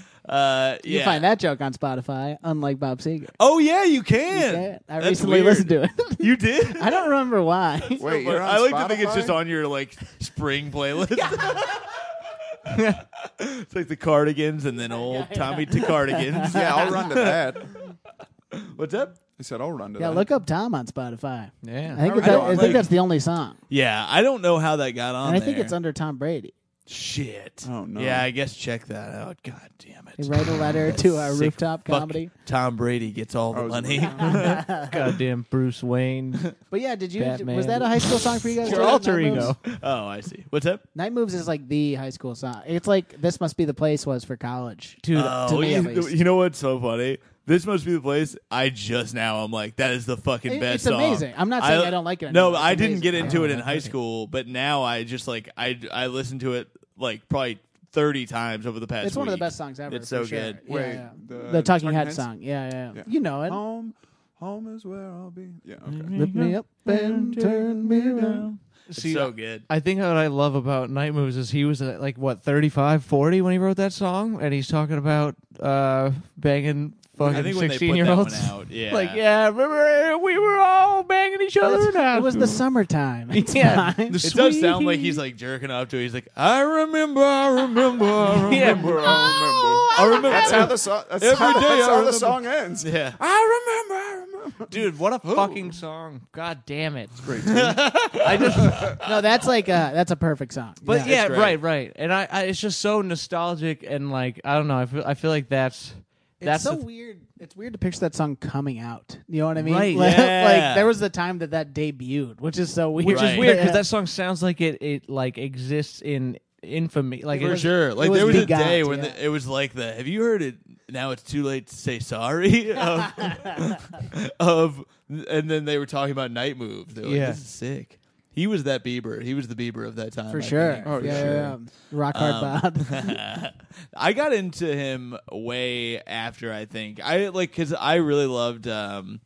A: Uh, uh, yeah.
B: You find that joke on Spotify, unlike Bob Seger.
A: Oh yeah, you can.
B: Okay? I
A: That's
B: recently
A: weird.
B: listened to it.
A: You did.
B: I don't remember why.
D: Wait,
A: But
D: you're on
A: I like to think it's
D: Spotify?
A: just on your like spring playlist. it's like the Cardigans and then old Tommy to Cardigans.
D: Yeah, I'll run to that.
A: What's up?
D: I said I'll run to
B: Yeah,
D: that.
B: look up Tom on Spotify.
C: yeah.
B: I think,
D: I
B: it's- I,
D: don't
B: think
D: like-
B: that's the only song.
A: Yeah, I don't know how that got on.
B: And I think
A: there.
B: it's under Tom Brady.
A: shit.
D: Oh, no.
A: Yeah, I guess check that out. God damn
B: They
A: it.
B: write a letter to our
A: Sick
B: rooftop
A: fuck.
B: comedy.
A: Tom Brady gets all the
D: I was
A: money.
C: Goddamn Bruce Wayne.
B: But yeah, did you?
C: Batman.
B: Was that a high school song for you guys?
C: Your
B: too, Night
C: alter
B: Moves?
C: ego.
A: oh, I see. What's up?
B: Night Moves is like the high school song. It's like this must be the place was for college.
C: Dude,
A: Oh,
B: me at
A: you,
B: least.
A: you know what's so funny? This must be the place. I just now I'm like that is the fucking
B: It-
A: best.
B: it's
A: song.
B: amazing. I'm not saying I don't like it
A: No,
B: anymore. It's
A: I didn't
B: amazing.
A: get into it in
C: Oh,
A: high school, but now I just like I I listened to it like probably 30 times over the past.
B: It's one of the
A: week.
B: best songs ever.
A: It's
B: for
A: so
B: sure.
A: good.
B: Yeah,
D: Wait,
B: yeah.
D: the-
B: the,
D: the
B: Talking
D: Talking
B: Heads
D: Heads?
B: song. Yeah, yeah, yeah.
D: Yeah.
B: You know it.
D: Home, home is where I'll be. Yeah.
A: Mm-hmm.
D: Okay.
B: Lift me up and turn me down.
A: It's
C: See,
A: so good.
C: I think what I love about Night Moves is he was uh, like what 35, 40 when he wrote that song, and he's talking about uh, banging
A: I
C: fucking
A: think when they
C: sixteen
A: put
C: year
A: that one
C: olds.
A: out, yeah,
C: Like yeah, remember we were all banging each other.
B: It was the summertime. It's
C: Yeah.
B: fine.
C: The
A: It does sound like he's like jerking off to. it. He's like, I remember, I remember, I remember.
C: Yeah.
D: Remember, I
A: I remember.
D: remember. That's how the song. That's,
A: Every
D: how,
A: day
D: that's
A: I
D: how the
A: remember.
D: song ends.
A: Yeah.
D: I remember. I remember.
C: dude, what a fucking song! God damn it!
D: Great. tune.
C: I just
B: no, that's like uh, that's a perfect song.
C: But yeah,
A: great.
C: right, right. And I, I, it's just so nostalgic and like I don't know. I feel, I feel like that's
B: it's
C: that's
B: so
C: the-
B: weird. It's weird to picture that song coming out. You know what I mean?
C: Right.
B: Like,
A: Yeah.
B: like, there was the time that that debuted, which is so weird.
C: which
A: Right.
C: is weird because
B: Yeah.
C: that song sounds like it it like exists in infamy. Like
A: For
C: it,
A: sure. Like
B: was
A: there was a
B: begot,
A: day when
B: yeah.
A: the, it was like the have you heard it now it's too late to say sorry of, of and then they were talking about night move. They were like,
C: Yeah.
A: This is sick. He was that Bieber. He was the Bieber of that time.
B: for
A: I
B: sure.
A: think. Um,
D: Oh,
B: yeah,
D: sure.
B: yeah, yeah. Rock Hard Bob.
A: I got into him way after I think I like because I really loved um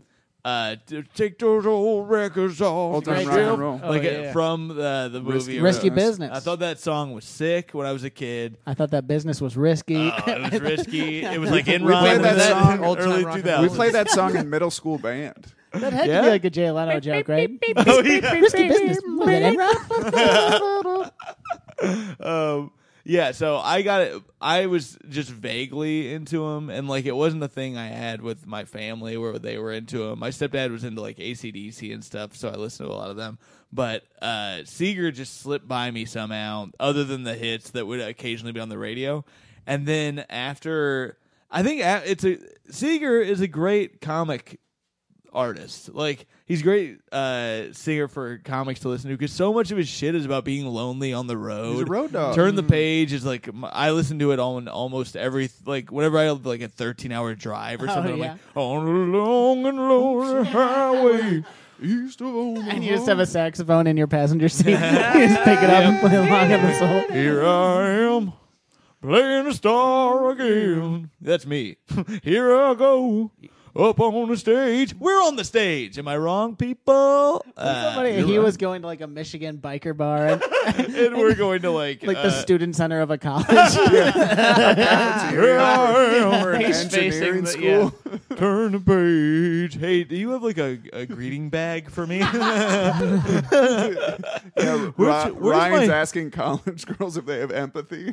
A: uh t- take those old records off
D: Old
A: your
B: time rock
A: shelf.
B: and
D: roll.
A: like
C: Oh,
A: uh,
C: yeah.
A: from the the movie
D: Risky
A: or
B: Risky
A: whatever.
B: business.
A: I thought that song was sick when I was a kid.
B: I thought that business was risky.
A: Oh, it was risky. It was like in
D: We played
A: rhyme
D: that
A: with that
D: song,
A: in
C: Old Time
A: early
C: Rock and
A: 2000s.
D: we played that song in middle school band.
B: that had
A: yeah?
B: to be like a Jay Leno joke, right?
A: Oh, yeah.
B: risky business. Was it Enron?
A: Um, yeah, so I got it. I was just vaguely into him, and like it wasn't a thing I had with my family where they were into him. My stepdad was into like ACDC and stuff, so I listened to a lot of them. But uh, Seeger just slipped by me somehow, other than the hits that would occasionally be on the radio. And then after, I think a- it's a Seeger is a great comic artist. Like he's a great uh, singer for comics to listen to because so much of his shit is about being lonely on the road.
D: He's a road dog.
A: Turn the page is like m- I listen to it on almost every like whenever I have like a thirteen hour drive or something.
B: yeah.
A: I'm like on a long and lonely highway east of Omaha.
B: and you just have a saxophone in your passenger seat. you just pick it up and play along in the soul.
A: Here I am, playing the star again. That's me. Here I go, up on the stage. We're on the stage. Am I wrong, people? Uh,
B: Somebody,
A: you're
B: he
A: right.
B: was going to like a Michigan biker bar, and,
A: And we're going to like,
B: like
A: uh,
B: the student center of a college.
A: Here I
D: We're
A: am,
D: in
C: He's
D: engineering
C: facing the-
D: school.
A: turn the page. Hey, do you have like a, a greeting bag for me?
D: Yeah,
A: Where's-
D: Ri-
A: where's
D: Ryan's
A: my-
D: asking college girls if they have empathy.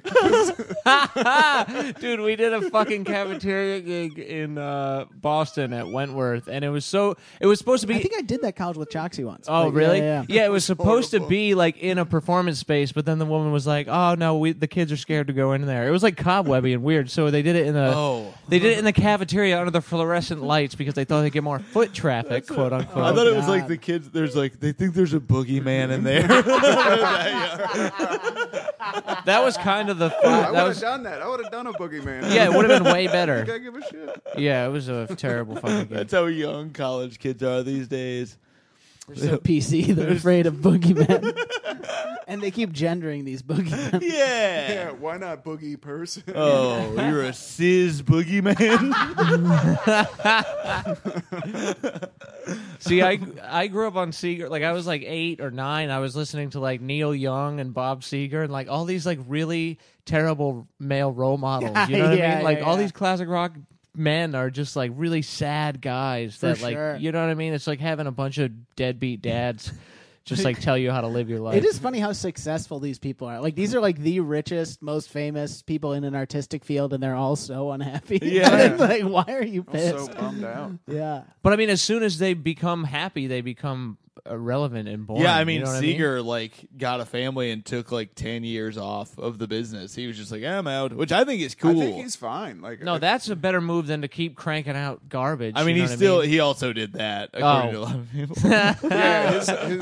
C: Dude, we did a fucking cafeteria gig in uh, Boston at Wentworth, and it was so. It was supposed to be.
B: I think I did that college with Choxy once.
C: oh,
B: Like,
C: really?
B: Yeah, yeah, yeah.
C: it was supposed to be like in a performance space, but then the woman was like, "Oh no, we, the kids are scared to go in there." It was like cobwebby and weird, so they did it in the.
A: Oh.
C: They did it in the cafeteria under the fluorescent lights because they thought they'd get more foot traffic, quote unquote.
A: I thought it was
B: God.
A: like the kids. There's like they think there's a boogeyman in there.
C: that was kind of the.
D: I
C: That
D: would have
C: was,
D: done that. I would have done a boogeyman.
C: yeah, it would have been way
D: I
C: better.
D: don't think I give a shit.
C: Yeah, it was a terrible fucking gig.
A: That's how young college kids are these days.
B: They're so PC. They're afraid of boogeymen, and they keep gendering these boogeymen.
D: Yeah,
A: Yeah.
D: why not boogie person?
A: Oh, you're a cis boogeyman.
C: See, I I grew up on Seeger. Like I was like eight or nine. I was listening to like Neil Young and Bob Seeger and like all these like really terrible male role models. You know what I
B: Yeah,
C: mean? Like
B: yeah,
C: all
B: yeah.
C: these classic rock men are just like really sad guys
B: For
C: that like
B: sure.
C: you know what I mean? It's like having a bunch of deadbeat dads just like tell you how to live your life.
B: It is funny how successful these people are. Like these are like the richest, most famous people in an artistic field, and they're all so unhappy.
A: Yeah.
B: like why are you pissed?
D: I'm so bummed out.
B: yeah,
C: But I mean, as soon as they become happy, they become irrelevant and boring.
A: yeah, I
C: You
A: mean
C: know what
A: Seeger like got a family and took like ten years off of the business. He was just like, I'm out, which I think is cool.
D: I think he's fine. Like uh,
C: No, that's a better move than to keep cranking out garbage.
A: I mean,
C: you know
A: he
C: what
A: still he also did that according
C: Oh.
A: to a lot of people.
D: yeah, his, his,
A: I'm sure
D: uh,
A: he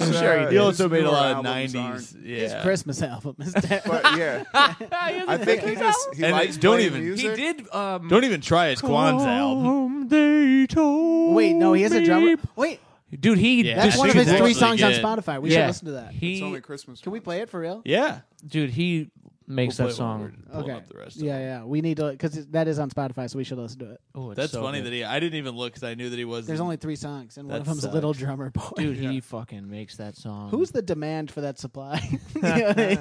A: did. He
D: his
A: also made a
D: newer
A: lot of
D: albums
A: '90s.
D: aren't-
A: Yeah,
B: his Christmas album is terrible.
D: But yeah, I think he just he
A: And
D: likes
A: don't
D: playing
A: even- he
C: He
D: music.
C: did. Um,
A: don't even try his Kwan's album.
C: They told
B: Wait, no, he has a drummer. Wait,
C: Dude, he.
A: Yeah.
B: that's
A: That
B: one of
A: dude's
B: his three
A: actually
B: songs on
A: good.
B: Spotify. We
C: yeah,
B: should listen to that.
C: He,
D: It's only Christmas.
B: Can we play it for real?
A: Yeah,
C: dude, he makes
A: We'll play
C: that
A: it while we're
C: song.
A: pulling
B: Okay.
A: up the rest of
B: Yeah, yeah. We need to because that is on Spotify, so we should listen to it.
C: Oh, it's
A: That's
C: so
A: funny
C: good.
A: that he. I didn't even look because I knew that he was.
B: There's only three songs, and
A: Mm.
B: one
A: That
B: of them's
A: sucks.
B: Little Drummer Boy.
C: Dude, he fucking makes that song.
B: Who's the demand for that supply? You know what I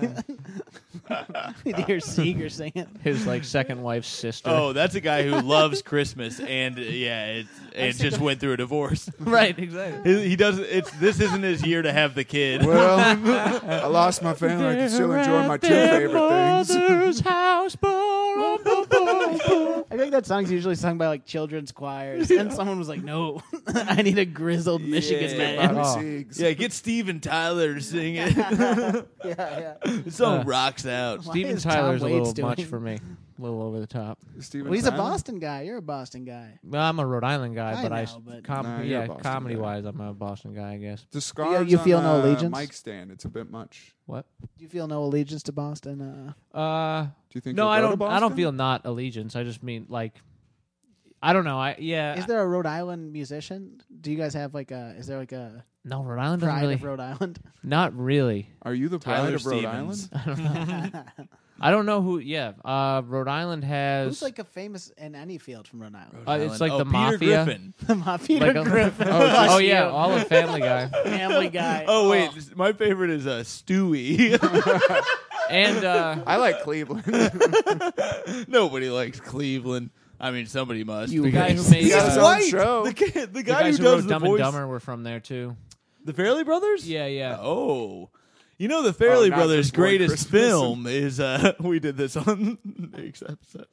B: mean? Need to hear Seeger singing.
C: his like second wife's sister?
A: Oh, that's a guy who loves Christmas and uh, yeah, it's, and just went through a divorce.
C: right, exactly.
A: He he doesn't. It's this isn't his year to have the kid.
D: Well, I lost my family. I can still enjoy my two favorite things.
C: house,
B: I think that song's usually sung by like children's choirs, and someone was like, "No, I need a grizzled Michigan
A: Yeah.
B: man."
D: Bobby
C: Oh.
D: Siegs.
A: Yeah, get Steve and Tyler to sing it.
B: yeah, yeah.
A: This song rocks out.
B: Why
C: Steven
B: is Tom
C: Tyler's a
B: Waits
C: little much
B: doing-
C: for me. A little over the top.
D: Steven
B: Well, he's a
D: Tyler.
B: Boston guy. You're a Boston guy.
C: Well, I'm a Rhode Island guy,
B: I
C: but I,
B: know,
C: s-
B: but-
C: com-
D: Nah, you're a
C: yeah,
D: Boston
C: comedy
D: guy.
C: wise, I'm a Boston guy, I guess.
D: The scarves
B: you feel
D: on,
B: no
D: uh,
B: allegiance?
D: Mic stand. It's a bit much.
C: What?
B: Do you feel no allegiance to Boston? Uh,
C: Uh,
D: Do you think?
C: no,
D: you'll
C: I
D: go to
C: don't. I don't
D: Boston?
C: feel not allegiance. I just mean like, I don't know. I yeah.
A: Uh,
B: is there a Rhode Island musician? Do you guys have like a? Is there like a
C: no, Rhode Island doesn't
B: pride
C: really.
B: of Rhode Island?
C: Not really.
D: Are you the
A: Tyler
D: pride of Rhode
A: Stevens.
D: Island?
C: I don't know who. Yeah, uh, Rhode Island has.
B: Who's like a famous in any field from Rhode Island?
C: uh, it's like
A: oh,
C: the
A: Peter
C: mafia.
A: Griffin.
B: My Peter
C: Like a-
B: Griffin,
C: oh, just- oh, yeah, all of Family Guy
B: Family Guy.
A: Oh wait, this- my favorite is uh, Stewie.
C: and uh,
D: I like Cleveland.
A: Nobody likes Cleveland. I mean, somebody must.
B: You
C: the guy
A: because-
C: who made
A: He's
D: got
C: uh,
D: his own
A: white.
D: show.
A: The, kid, the
C: the
A: guy
C: guys
A: who
C: who,
A: does
C: wrote
A: the
C: Dumb
A: voice.
C: and Dumber were from there too.
A: The Fairley Brothers.
C: Yeah, yeah.
A: Oh. You know the Fairley
D: Oh, not
A: Brothers'
D: just Lloyd
A: greatest
D: Christmas.
A: film is uh we did this on next episode.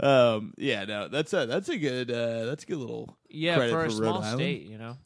A: Um yeah, no, that's a that's a good uh that's a good little
C: Yeah,
A: credit
C: for a
A: Rhode
C: small
A: Island.
C: state, you know.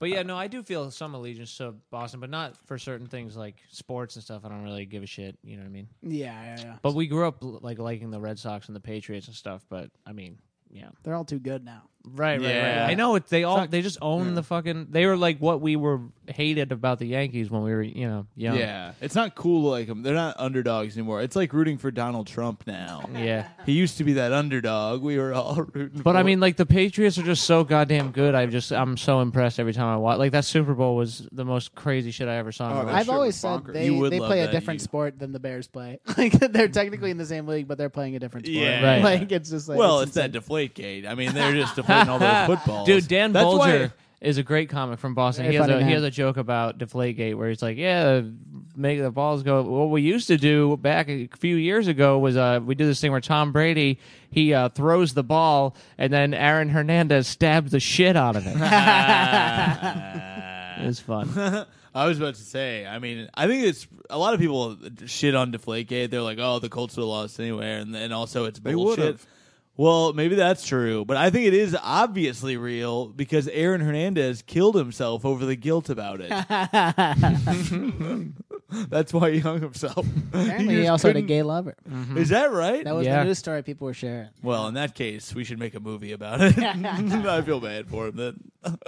C: But yeah, no, I do feel some allegiance to Boston, but not for certain things like sports and stuff. I don't really give a shit, you know what I mean?
B: Yeah, yeah, yeah.
C: But we grew up l- like liking the Red Sox and the Patriots and stuff. But I mean, yeah,
B: They're all too good now.
C: right,
A: right, right.
C: I know it. They all they just own the fucking. They were like what we were hated about the Yankees when we were you know young.
A: Yeah. It's not cool to like them. They're not underdogs anymore. It's like rooting for Donald Trump now.
C: yeah.
A: He used to be that underdog. We were all rooting
C: But
A: for
C: I mean, like the Patriots are just so goddamn good. I just I'm so impressed every time I watch. Like that Super Bowl was the most crazy shit I ever saw. in
D: Oh,
C: my
D: that
C: life.
B: I've
D: shit
B: always
D: was
B: said
D: bonkers.
B: they,
A: You would
B: they
A: love
B: play a
A: that,
B: different
A: you-
B: sport than the Bears play. Like they're technically in the same league, but they're playing a different sport.
A: Yeah.
C: Right.
B: Like it's just like
A: well,
B: it's
A: it's, that deflate gate. I mean, they're just deflating all those footballs.
C: Dude, Dan
A: That's why-
C: Bulger is a great comic from Boston.
B: Very
C: He has,
B: funny
C: a, he
B: man.
C: has a joke about Deflategate where he's like, "Yeah, make the balls go." What we used to do back a few years ago was uh, we do this thing where Tom Brady he uh, throws the ball and then Aaron Hernandez stabs the shit out of it.
A: Ah.
C: it was fun.
A: I was about to say. I mean, I think it's a lot of people shit on Deflategate. They're like, "Oh, the Colts would have lost anyway," and and also it's bullshit.
D: would've.
A: Well, maybe that's true, but I think it is obviously real because Aaron Hernandez killed himself over the guilt about it. that's why he hung himself.
B: apparently he
A: just
B: also had a
A: couldn't-
B: gay lover.
A: Is that right?
B: That was
C: Yeah.
B: the news story people were sharing.
A: Well, in that case, we should make a movie about it. I feel bad for him. Then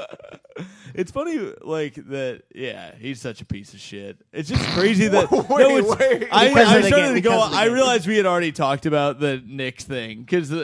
A: It's funny, like that. Yeah, he's such a piece of shit. It's just crazy that.
D: Wait,
A: no, it's,
D: wait.
A: I,
B: Because
A: I
B: of the
A: started
B: game,
A: to go.
B: because of the
A: I
B: game.
A: realized we had already talked about the Knicks thing because uh,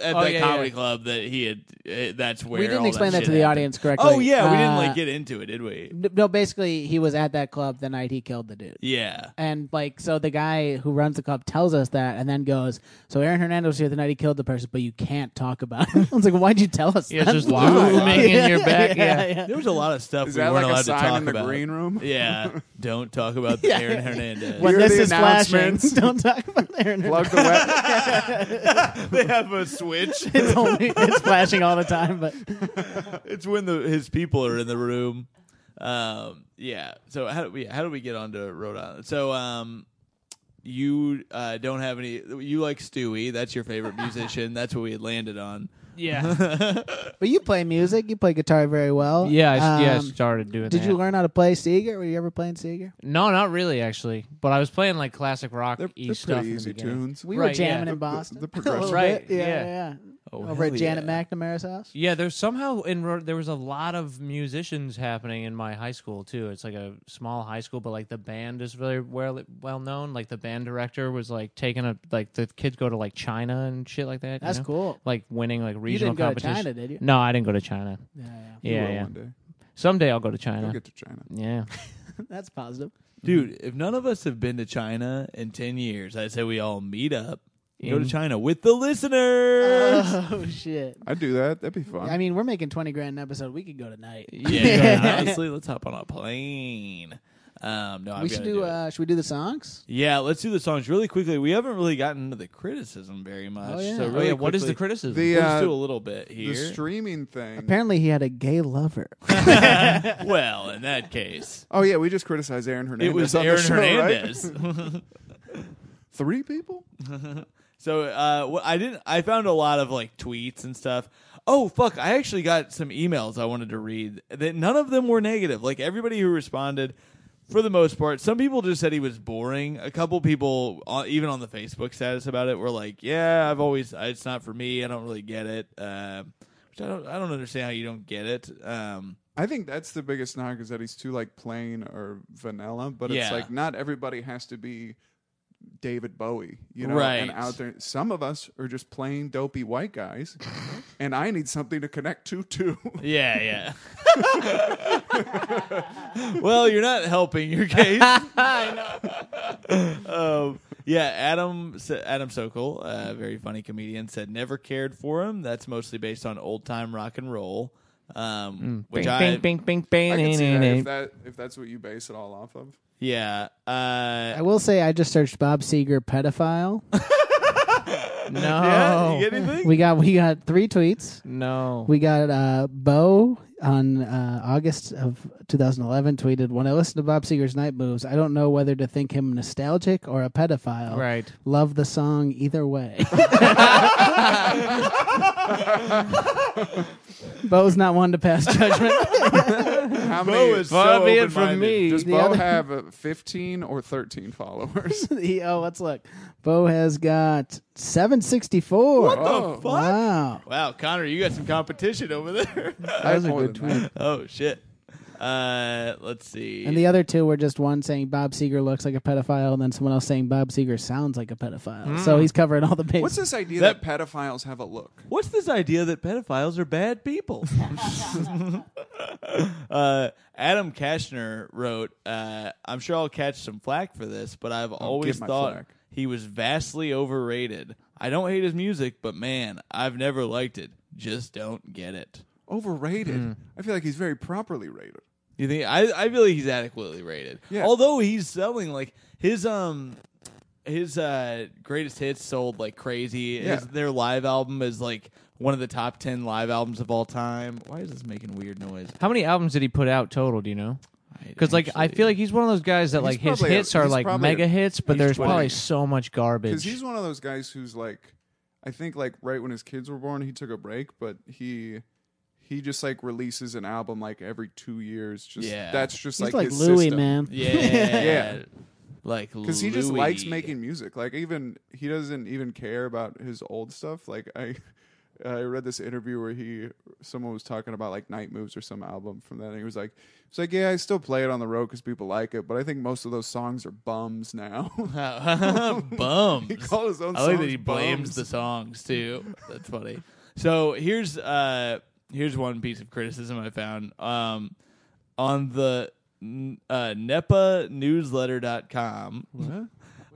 A: at
C: Oh,
A: the
C: yeah,
A: comedy
C: yeah.
A: club that he had. Uh, that's where
B: We didn't
A: all
B: explain that,
A: shit
B: to the
A: happened.
B: audience correctly.
A: Oh yeah, we didn't
B: Uh,
A: like get into it, did we?
B: n- No, basically, he was at that club the night he killed the dude.
A: Yeah.
B: And like, so the guy who runs the club tells us that, and then goes, "So Aaron Hernandez was here the night he killed the person, but you can't talk about it." I was like, "Why'd you tell us?"
C: Yeah,
B: that?
C: it's just looming in your back. Yeah.
A: There was a lot of stuff
D: Is
A: we
D: that
A: weren't
D: like
A: allowed to
D: a sign
A: talk
D: in the
A: about.
D: green room?
A: Yeah, don't talk about the
B: Yeah.
A: Aaron Hernandez.
B: When
D: Here are
B: this
D: the
B: is flashing,
D: announcements.
B: don't talk about Aaron Hernandez.
D: Plug the web.
A: they have a switch.
B: it's only it's flashing all the time, but
A: it's when the his people are in the room. Um, yeah. So how do we how do we get onto Rhode Island? So um, you uh, don't have any. You like Stewie. That's your favorite musician. That's what we had landed on.
C: Yeah.
B: but you play music, you play guitar very well.
C: yeah, I, s- yeah, I
B: Um,
C: started doing
B: Did
C: that.
B: you learn how to play Seeger? Were you ever playing Seeger?
C: No, not really, actually. But I was playing like classic rock
D: They're,
C: e
D: they're
C: stuff.
D: pretty
C: in the
D: easy
C: beginning.
D: tunes.
B: We were
C: Right, yeah.
B: jamming
C: The-
B: in Boston.
D: the
B: a little
D: progression.
B: bit.
C: Right,
B: Yeah,
C: yeah.
B: yeah.
A: Oh,
B: Over at
A: hell
B: Janet
A: yeah.
B: McNamara's house.
C: Yeah, there's somehow in Ro- there was a lot of musicians happening in my high school too. It's like a small high school, but like the band is really well well known. Like the band director was like taking a like the kids go to like China and shit like that. you
B: That's
C: know?
B: cool.
C: Like winning like
B: You
C: regional
B: didn't go to
C: competition. Mm.
B: China, did you?
C: No, I didn't go to China.
B: Yeah,
D: You
C: Yeah,
D: will
C: yeah.
D: One day.
C: Someday I'll go to
D: I'll
C: China.
D: get to China.
C: yeah.
B: yeah. That's positive.
A: Dude, if none of us have been to China in ten years, I say we all meet up, go to
C: Mm.
A: China with the listeners.
B: Oh shit.
D: I'd do that. That'd be fun.
B: I mean, we're making twenty grand an episode. We could go tonight.
A: yeah, honestly, let's hop on a plane. Um, no, I've
B: we should
A: gotta
B: do.
A: it.
B: uh, should we do the songs?
A: Yeah, let's do the songs really quickly. We haven't really gotten into the criticism very much.
B: Oh, yeah.
A: So
B: Oh,
A: really
C: oh yeah, what is the
A: quickly-
C: criticism?
D: The-
A: We'll just
D: uh,
A: do a little bit
D: the
A: here.
D: streaming thing.
B: Apparently, he had a gay lover.
A: well, in that case,
D: oh yeah, we just criticized Aaron Hernandez.
A: it was
D: on the
A: Aaron
D: show, right?
A: Hernandez.
D: Three people.
A: so uh, wh- I didn't. I found a lot of like tweets and stuff. Oh fuck! I actually got some emails I wanted to read. That none of them were negative. Like everybody who responded, for the most part, some people just said he was boring. A couple people, uh, even on the Facebook status about it, were like, "Yeah, I've always. It's not for me. I don't really get it." Uh, which I don't. I don't understand how you don't get it. Um,
D: I think that's the biggest knock is that he's too like plain or vanilla. But
A: Yeah.
D: it's like not everybody has to be David Bowie, you know,
A: Right.
D: and out there. Some of us are just plain dopey white guys, and I need something to connect to too.
A: Yeah, yeah. well, you're not helping your case. um, yeah, Adam S- Adam Sokol, a very funny comedian, said never cared for him. That's mostly based on old time rock and roll, um, which
C: Mm. bing,
A: I
C: bing, bing, bing, bing,
D: I can see that
C: bing,
D: if that if that's what you base it all off of.
A: yeah. Uh,
B: I will say, I just searched Bob Seeger pedophile.
C: bing. No.
A: yeah, you get anything?
B: we got we got three tweets.
C: no.
B: We got uh, Bo on uh, August of 2011 tweeted, "When I listen to Bob Seger's Night Moves, I don't know whether to think him nostalgic or a pedophile.
C: Right.
B: Love the song either way." Bo's not one to pass judgment.
D: How
A: Bo
D: many?
A: is
C: Far
A: so
C: be it
A: open
C: from me.
D: does
B: the
D: Bo
B: other-
D: have uh, fifteen or thirteen followers?
B: He- oh, let's look. Bo has got 764.
A: What the
D: Oh,
A: fuck?
B: Wow.
A: Wow, Connor, you got some competition over there.
D: I
C: That was a
D: have more
C: good
D: than that.
C: tweet.
A: oh shit. Uh, let's see.
B: And the other two were just one saying Bob Seger looks like a pedophile, and then someone else saying Bob Seger sounds like a pedophile. So he's covering all the bases.
D: What's this idea that, pedophiles have a look?
A: What's this idea that pedophiles are bad people? uh, Adam Kashner wrote, uh, I'm sure I'll catch some flack for this, but I've always
D: Oh, give my
A: thought
D: flack.
A: he was vastly overrated. I don't hate his music, but man, I've never liked it. Just don't get it.
D: Overrated. I feel like he's very properly rated.
A: You think I, I feel like he's adequately rated.
D: Yeah.
A: Although he's selling like his um his uh greatest hits sold like crazy.
D: Yeah.
A: His, their live album is like one of the top ten live albums of all time. Why is this making weird noise?
C: How many albums did he put out total? Do you know? Because like I
A: actually-
C: feel like he's one of those guys that
D: He's
C: like his
D: probably a-
C: hits are
D: he's
C: like
D: probably a-
C: mega hits, but
D: he's
C: there's
D: 20.
C: probably so much
D: Because
C: garbage.
D: he's one of those guys who's like, I think like right when his kids were born, he took a break, but he he just like releases an album like every two years. Just
A: Yeah.
D: that's just
B: He's like,
D: his
B: Louis,
D: system.
B: man.
A: yeah,
D: Yeah.
A: like
D: Because he just
A: Louis.
D: likes making music. Like even he doesn't even care about his old stuff. Like I. I read this interview where he someone was talking about like Night Moves or some album from that, and he was like, "It's like yeah, I still play it on the road because people like it, but I think most of those songs are bums now."
A: Bums.
D: he called his own.
A: I like
D: songs
A: that he blames
D: bums.
A: the songs too. That's funny. So here's uh here's one piece of criticism I found um on the n- uh, nepanewsletter.com.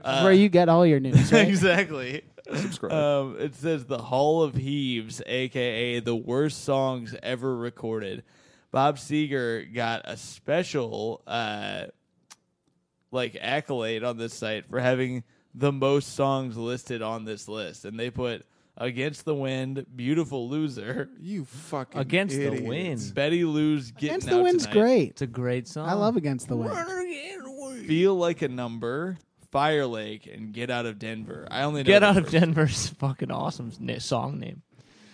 B: Where you get all your news, right?
A: exactly.
D: Subscribe.
A: Um, it says the Hall of Heaves, aka the worst songs ever recorded. Bob Seger got a special uh, like accolade on this site for having the most songs listed on this list, and they put "Against the Wind," "Beautiful Loser,"
D: You fucking
C: Against the
D: idiots.
C: Wind.
A: "Betty Lou's Getting
B: Against
A: Out
B: the Wind's
A: Tonight,"
B: great.
C: It's a great song.
B: I love Against the Wind.
A: "Feel Like a Number," "Fire Lake," and "Get Out of Denver." I only know
C: Get
A: the
C: out of
A: first-
C: Denver's fucking awesome na- song name.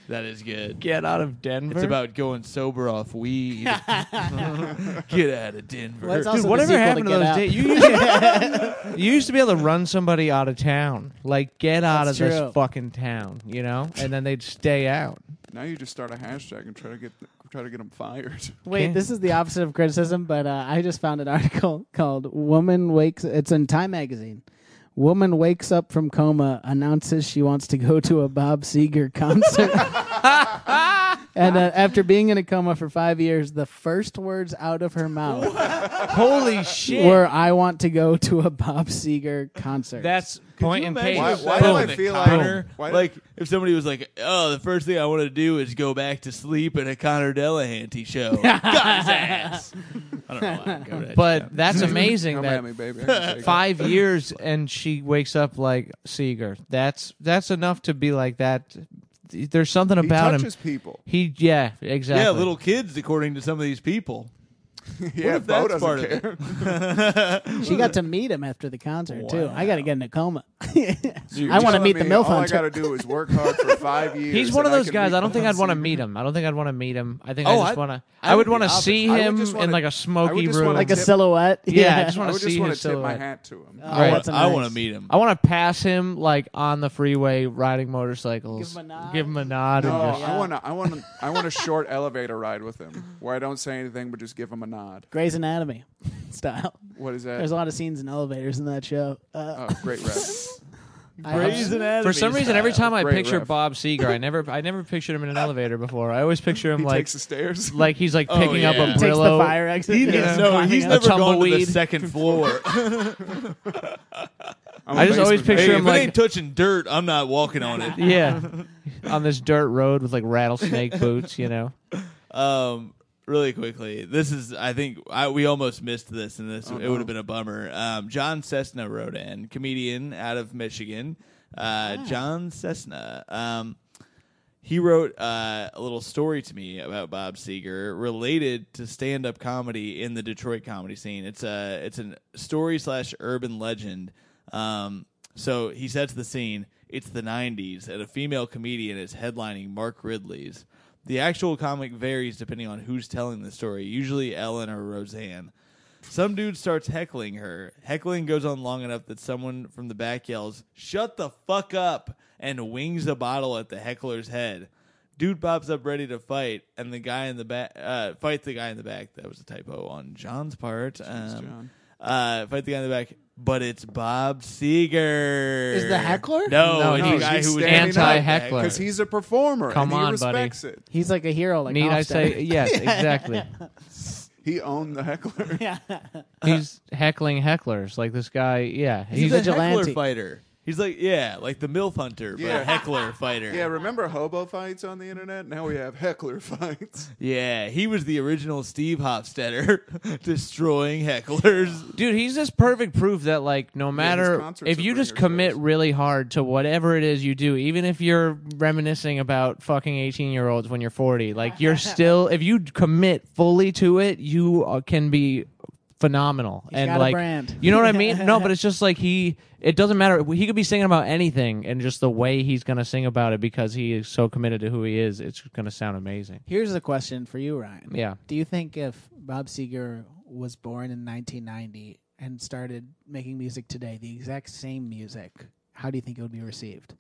A: That is good.
C: Get out of Denver.
A: It's about going sober off weed. Get out of Denver.
B: Well, it's
C: Dude,
B: also the
C: whatever
B: sequel to
C: happened to,
B: Get
C: those
B: Out.
C: days? You used, to, you used to be able to run somebody out of town. Like, get out
B: That's
C: of
B: true.
C: this fucking town, you know? And then they'd stay out.
D: Now you just start a hashtag and try to get try to get them fired.
B: Wait,
C: Okay.
B: this is the opposite of criticism, but uh, I just found an article called "Woman Wakes." It's in Time Magazine. Woman wakes up from coma, announces she wants to go to a Bob Seger concert. and uh, after being in a coma for five years, the first words out of her mouth
C: Holy shit.
B: were, "I want to go to a Bob Seger concert."
C: That's point and case.
D: Why-
A: Why,
D: why
A: do
D: do
C: Boom.
D: I
A: I
D: Boom.
A: feel
D: feel
A: like,
D: like-
A: Connor,
D: why-
A: like if somebody was like, "Oh, the first thing I want to do is go back to sleep at a Connor Delahanty show." Got his ass. I don't know why. I'm going at you,
C: But
A: Connor.
C: that's amazing
D: Come
C: that
D: at me, baby. I can take it.
C: five years and she wakes up like Seeger. That's that's enough to be like that. There's something
D: He
C: about him.
D: touches people.
C: He yeah exactly.
A: yeah, little kids, according to some of these people.
D: yeah,
A: if
D: Bo
A: that's
D: doesn't
A: part of it?
D: care.
B: she got to meet him after the concert too. I got to get in a coma.
D: You're
B: I want to
D: telling
B: meet the
D: me
B: MILF
D: All I
B: hunter.
D: got to do is work hard for five years.
C: He's one of
D: and
C: those
D: can
C: guys.
D: meet
C: I don't think I'd
D: Bob
C: want to
D: Seger.
C: meet him. I don't think I'd want to meet him. I think
A: Oh,
C: I
A: I'd-
C: just want to.
A: I
C: I
A: would
C: would
A: be
C: want to
A: opposite.
C: see
D: I would
C: him
D: just wanna-
C: in like a smoky
D: just
C: room.
D: wanna
B: like a
D: tip-
B: silhouette.
C: Yeah, I just wanna
D: I would
C: see
D: just want
C: his
D: to tip my
C: silhouette.
D: hat to him.
B: Oh,
A: I
B: that's
A: want, I
B: nice.
A: want to meet him.
C: I want to pass him like on the freeway riding motorcycles.
B: Give him a nod.
C: Give him a nod
D: no,
C: and just,
D: I want to. I want to. I want a short elevator ride with him, where I don't say anything but just give him a nod.
B: Grey's Anatomy style.
D: What is that?
B: There's a lot of scenes in elevators in that show. Uh,
D: oh, great rep.
B: I-
A: Grey's Anatomy
C: For some reason, every
A: style.
C: time I
D: Great
C: picture
D: riff.
C: Bob Seger, I never, I never pictured him in an elevator before. I always picture him
D: He
C: like,
D: takes the stairs.
C: like he's like
A: Oh,
C: picking up
A: yeah.
C: a
A: He
B: takes the
C: Brillo.
B: fire exit.
A: He
B: yeah,
A: never, no,
B: climbing
A: he's
B: up.
A: never gone to the
C: tumbleweed.
A: second floor.
D: I'm
C: I just
D: a
C: always
D: basement
A: hey,
C: picture
A: if
C: him
A: it
C: like-
A: ain't touching dirt, I'm not walking on it.
C: Yeah, on this dirt road with like rattlesnake boots. You know,
A: Um, really quickly, this is I think I, we almost missed this, and this it would have been a bummer. Um, John Cessna wrote in, comedian out of Michigan. Uh, John Cessna. Um, he wrote uh, a little story to me about Bob Seger related to stand-up comedy in the Detroit comedy scene. It's a it's a story slash urban legend. Um, so he sets the scene. It's the '90s, and a female comedian is headlining Mark Ridley's. The actual comic varies depending on who's telling the story, usually Ellen or Roseanne. Some dude starts heckling her. Heckling goes on long enough that someone from the back yells, Shut the fuck up! and wings a bottle at the heckler's head. Dude pops up ready to fight, and the guy in the back, uh, fight the guy in the back. That was a typo on John's part. um,
D: John.
A: Uh, fight the guy in the back, but it's Bob Seeger.
B: Is the heckler?
A: No,
C: No,
A: it's
C: no,
A: the guy
D: he's
A: who was
D: standing
A: anti
C: up.
A: heckler.
D: Because he's a performer.
C: Come
D: and he
C: on, buddy.
D: respects it.
B: He's like a hero. Like
C: need I
B: Hofstadter.
C: say yes? Exactly.
D: He owned the heckler.
C: He's heckling hecklers like this guy. Yeah,
A: He's
C: he's
A: a
B: vigilante.
A: heckler fighter. He's like, yeah, like the MILF hunter, but
D: Yeah.
A: a heckler fighter.
D: Yeah, remember hobo fights on the internet? Now we have heckler fights.
A: Yeah, he was the original Steve Hofstetter, destroying hecklers.
C: dude. He's just perfect proof that like no matter
D: concerts
C: if
D: are
C: you just
D: bringers
C: commit
D: shows.
C: really hard to whatever it is you do, even if you're reminiscing about fucking eighteen year olds when you're forty, like you're still if you commit fully to it, you uh, can be phenomenal and
B: got a
C: like
B: brand.
C: you know what i mean no but it's just like he it doesn't matter he could be singing about anything and just the way he's gonna sing about it because he is so committed to who he is it's gonna sound amazing
B: Here's a question for you, Ryan.
C: yeah
B: Do you think if Bob Seger was born in 1990 and started making music today, the exact same music, how do you think it would be received?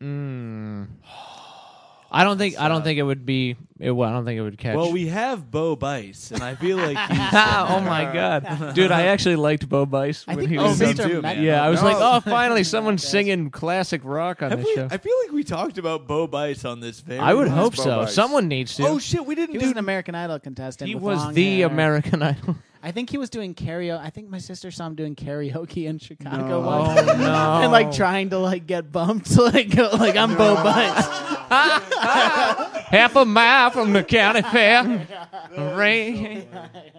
C: Mm. I don't think I don't think it would be. It, well, I don't think it would catch.
A: Well, we have Bo Bice, and I feel like he's.
C: oh my god, dude! I actually liked Bo Bice
B: I
C: when
B: think
C: he
B: we
C: was.
A: me
B: missed our
A: too,
B: Met-
A: man.
C: yeah, I was
D: No.
C: like, oh, finally, someone's singing classic rock on
A: Have
C: this
A: we-
C: show.
A: I feel like we talked about Bo Bice on this. Very
C: I would
A: last-
C: hope
D: Bo
C: so.
D: Bice.
C: Someone needs to.
A: Oh shit, we didn't
B: He
A: do.
B: was an American Idol contestant.
C: he
B: with
C: was
B: long
C: the
B: hair.
C: American Idol.
B: I think he was doing karaoke. I think my sister saw him doing karaoke in Chicago
D: No.
B: once,
D: Oh,
C: no.
B: and like trying to like get bumped. Like go, like I'm Bo Bice.
C: Half a mile from the county fair. Rain.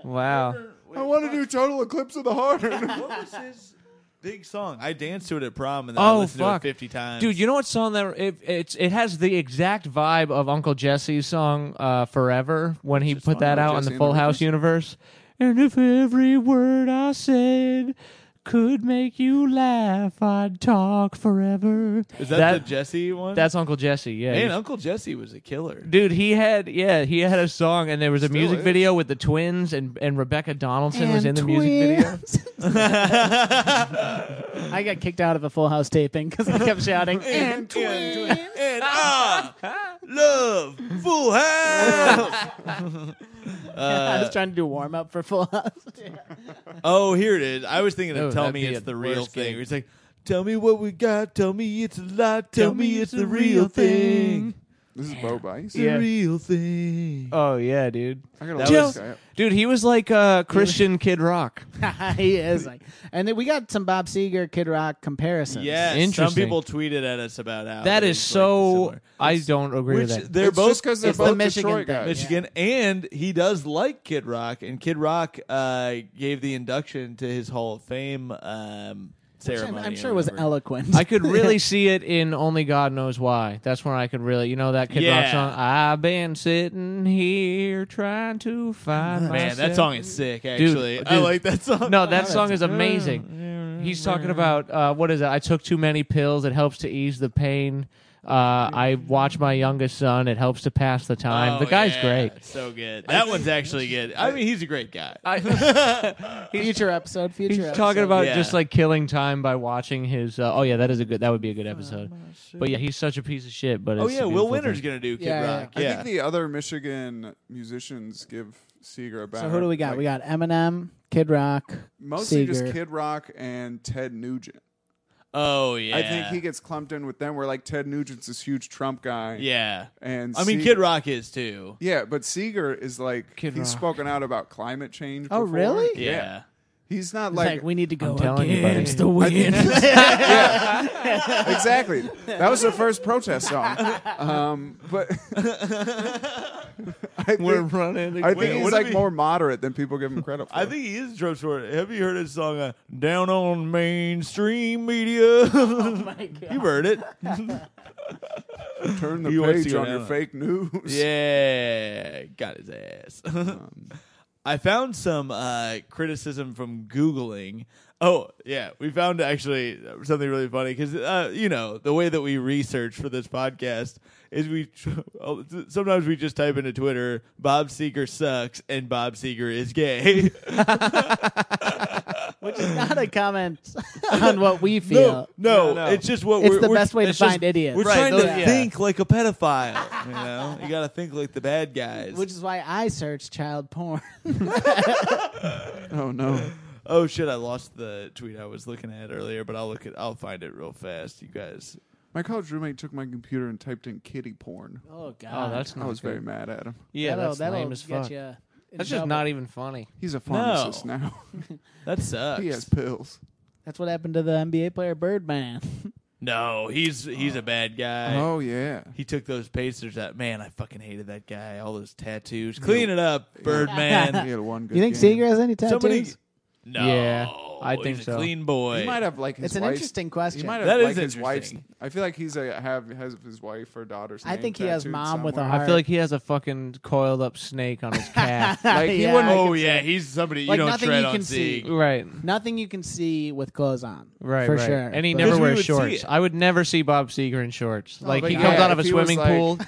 C: Wow.
D: I want to do Total Eclipse of the Heart.
A: what was his big song? I danced to it at prom, and then I
C: Oh,
A: listened
C: fuck.
A: to it fifty times.
C: Dude, you know what song that it, it's it has the exact vibe of Uncle Jesse's song uh, "Forever" when he put
D: one?
C: that
D: Uncle
C: out on
D: Jesse
C: the
D: and
C: Full
D: the
C: House universe. And if every word I said could make you laugh, I'd talk forever.
A: is that,
C: that-
A: the Jesse one?
C: That's Uncle Jesse, yeah.
A: man. Uncle Jesse was a killer.
C: Dude, he had yeah, he had a song, and there was a
D: Still
C: music
D: is.
C: video with the twins, and and Rebecca Donaldson was in the music video.
B: music video. I got kicked out of a Full House taping because I kept shouting. and twins.
A: and I love Full House.
B: I was trying to do warm up for Full House.
A: Oh, here it is. I was thinking
C: Oh,
A: of tell
C: that'd
A: me
C: be
A: it's
C: a
A: the real
C: worse
A: thing.
C: gig.
A: It's like tell me what we got. Tell me it's a lie. Tell me it's the real thing.
D: this is Bo Bice.
A: The
C: Yeah.
A: real thing.
C: Oh yeah, dude.
D: I gotta
A: That
D: look this
A: was-
D: guy up.
C: Dude, he was like uh, Christian Kid Rock.
B: he is like, and then we got some Bob Seger, Kid Rock comparisons.
A: Yes. Some
C: Interesting.
A: people tweeted at us about how
C: That
A: they
C: is
A: like
C: so.
A: similar.
C: I don't agree
A: Which
C: with that.
A: they're
D: It's
A: both
D: just because they're
B: it's the
D: both
B: Michigan
D: Detroit
B: thing.
D: guys.
A: Michigan, and he does like Kid Rock, and Kid Rock uh, gave the induction to his Hall of Fame um,
B: I'm,
A: ceremony.
B: I'm
A: or
B: sure it was
A: whatever.
B: eloquent.
C: I could really see it in Only God Knows Why. That's when I could really, you know, that Kid Rock
A: Yeah.
C: song. I've been sitting here trying to find
A: Man, that
C: myself."
A: song is sick. Actually, I
C: dude.
A: like that song.
C: No, that song is amazing. He's talking about uh, what is it? I took too many pills. It helps to ease the pain. Uh, I watch my youngest son. It helps to pass the time.
A: Oh,
C: the guy's
A: yeah.
C: great.
A: So good. That one's actually good. I mean, he's a great guy.
B: future episode. Future.
C: He's
B: episode.
C: talking about
A: Yeah.
C: just like killing time by watching his. Uh, oh yeah, that is a good. That would be a good episode. But yeah, he's such a piece of shit. But
A: oh
C: it's a
A: yeah, Will
C: beautiful
A: Winter's
C: thing.
A: gonna do Kid
B: Yeah, yeah.
A: Rock.
D: I
A: Yeah.
D: think the other Michigan musicians give Seeger a bad.
B: So who do we got?
D: like,
B: we got Eminem, Kid Rock,
D: mostly just
B: Seeger.
D: Kid Rock and Ted Nugent.
A: oh yeah.
D: I think he gets clumped in with them. Where like Ted Nugent's this huge Trump guy.
A: Yeah.
D: and
A: I mean,
D: Seeger-
A: Kid Rock is too.
D: Yeah, but Seeger is like
C: Kid
D: he's
C: Rock.
D: spoken out about climate change.
B: Oh,
D: before.
B: really?
A: Yeah.
D: He's not
B: Like,
D: like,
B: we need to go
C: telling you, buddy.
B: against the wind.
D: exactly. That was the first protest song. Um, but I
C: We're
D: think,
C: running.
D: I
A: Wait,
D: think
A: what
D: he's
A: do
D: like
A: we-
D: more moderate than people give him credit for.
A: I think he is Trump's for it. Have you heard his song uh, "Down on Mainstream Media"?
D: Oh,
A: You've heard it.
D: turn
A: he
D: the
A: wants to
D: page
A: go
D: on your
A: down.
D: fake news.
A: Yeah, got his ass. I found some uh, criticism from Googling. Oh, yeah, we found actually something really funny because, uh, you know, the way that we research for this podcast is we oh, sometimes we just type into Twitter, Bob Seeger sucks and Bob Seeger is gay.
B: which is not a comment on what we feel.
A: no, no,
C: No, no.
A: it's just what
B: It's
A: we're,
B: the
A: we're-
B: best way to
A: it's just-
B: find idiots.
A: We're
C: Right,
A: trying
C: those-
A: to
C: yeah.
A: think like a pedophile. You know, you got to think like the bad guys.
B: Which is why I search child porn.
D: Oh no.
A: Oh shit! I lost the tweet I was looking at earlier, but I'll look at. I'll find it real fast, you guys.
D: My college roommate took my computer and typed in kitty porn.
B: Oh
C: Oh,
B: god.
C: that's
D: I
C: not.
D: was
C: good.
D: very mad at him.
C: Yeah,
B: that'll,
C: that's
B: that'll
C: lame as
B: get
C: fuck.
B: you in
C: That's just
B: trouble.
C: not even funny.
D: He's a pharmacist now.
A: That sucks.
D: he has pills.
C: e-
B: That's what happened to the NBA player Birdman.
A: No, he's he's a bad guy.
D: oh yeah.
A: He took those pacers out. Man, I fucking hated that guy. All those tattoos. Clean it up,
D: He
A: Birdman.
D: had one good
B: you think
D: game.
B: Seeger has any tattoos?
A: Somebody. No.
C: Yeah, I think
A: he's
C: so.
A: A clean boy.
D: He might have like his
B: it's an
D: wife-
B: interesting question.
D: He might have
A: That is
D: like his wife's.
A: interesting.
D: I feel like he's a have has his wife or daughter's.
B: I
D: name
B: think he has
D: tattooed
B: mom with a
D: somewhere.
B: heart.
C: I feel like he has a fucking coiled up snake on his calf.
D: Like, he
B: Yeah,
D: wouldn't-
B: I
A: oh
B: can see
A: yeah,
B: it.
A: he's somebody you
B: Like,
A: don't
B: nothing
A: tread
B: you
A: on.
B: can see.
A: Zeke.
C: right.
B: Nothing you can see with clothes on.
C: Right,
B: for
C: right.
B: sure.
C: And he
B: But- Oh,
C: never
A: Because we
C: wears
A: would see
C: shorts.
A: it.
C: I would never see Bob Seeger in shorts. like
B: but
C: he
B: yeah,
C: comes out of a
D: if he was
C: swimming
D: like-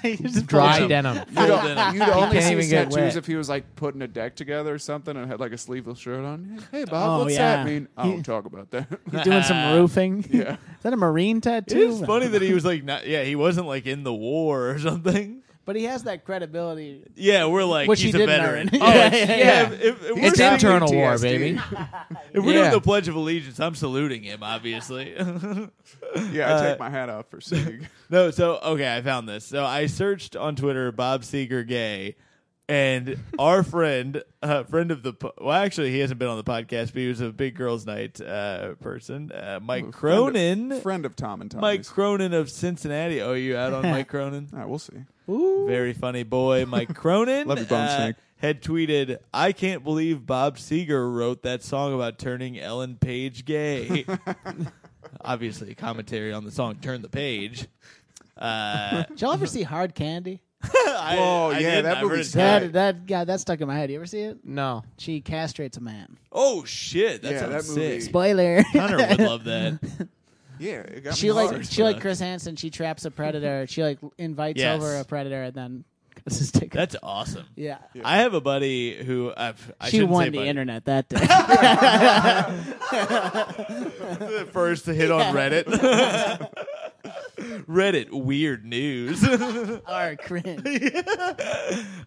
C: pool,
B: He just
C: dry
B: pulls it.
C: denim.
D: You'd,
A: Fooled
D: o-
A: in him.
D: you'd only
C: can't
D: see
C: even
D: his
C: get
D: tattoos
C: wet.
D: if he was like putting a deck together or something and had like a sleeveless shirt on. Hey Bob,
B: Oh,
D: what's
B: yeah.
D: that mean? Marine? I don't talk about that.
B: He's doing some roofing.
D: Yeah.
B: Is that a marine
A: It
B: tattoo?
A: is funny that he was like, not, yeah, he wasn't like in the war or something.
B: But he has that credibility.
A: Yeah, we're like,
B: Which he
A: he's a
B: didn't
A: veteran.
B: earn.
A: Oh, it's-
C: Yeah, yeah,
A: yeah,
C: yeah.
A: if- if we're
C: It's
A: doing-
C: internal war,
D: PTSD.
C: baby.
A: If we're doing
C: Yeah.
A: the Pledge of Allegiance, I'm saluting him, obviously.
D: Yeah, I
A: Uh,
D: take my hat off for Sieg.
A: no, so okay, I found this. So I searched on Twitter Bob Seger gay, and our friend, uh, friend of the po- well, actually he hasn't been on the podcast, but he was a big girls' night uh, person. Uh, Mike Cronin,
D: friend of Tom and Tom.
A: Mike Cronin of Cincinnati. Oh, you out on Mike Cronin?
D: we'll see.
B: Ooh.
A: Very funny boy, Mike Cronin. uh,
D: Love you, Bum Snake.
A: Had tweeted, I can't believe Bob Seger wrote that song about turning Ellen Page gay. Obviously, a commentary on the song Turn the Page. Uh,
B: Did y'all ever see Hard Candy?
A: I,
D: Whoa,
A: I
D: yeah,
A: didn't.
D: that
A: I've heard
D: movie's
A: it-
D: Right.
B: That that guy that stuck in my head. You ever see it?
C: No.
B: She castrates a man.
A: Oh, shit. That
D: Yeah,
A: sounds
D: that movie-
A: sick.
B: Spoiler.
A: Connor would love that.
D: Yeah, it got
B: she
D: me
B: like
D: hard.
B: she like Chris Hansen. She traps a predator. She like invites
A: Yes.
B: over a predator and then this is taken.
A: That's awesome.
B: yeah.
A: I have a buddy who I've, I
B: She
A: shouldn't
B: won
A: say
B: the
A: buddy.
B: internet that day.
A: the first hit on Reddit. Reddit weird news.
B: Our cringe.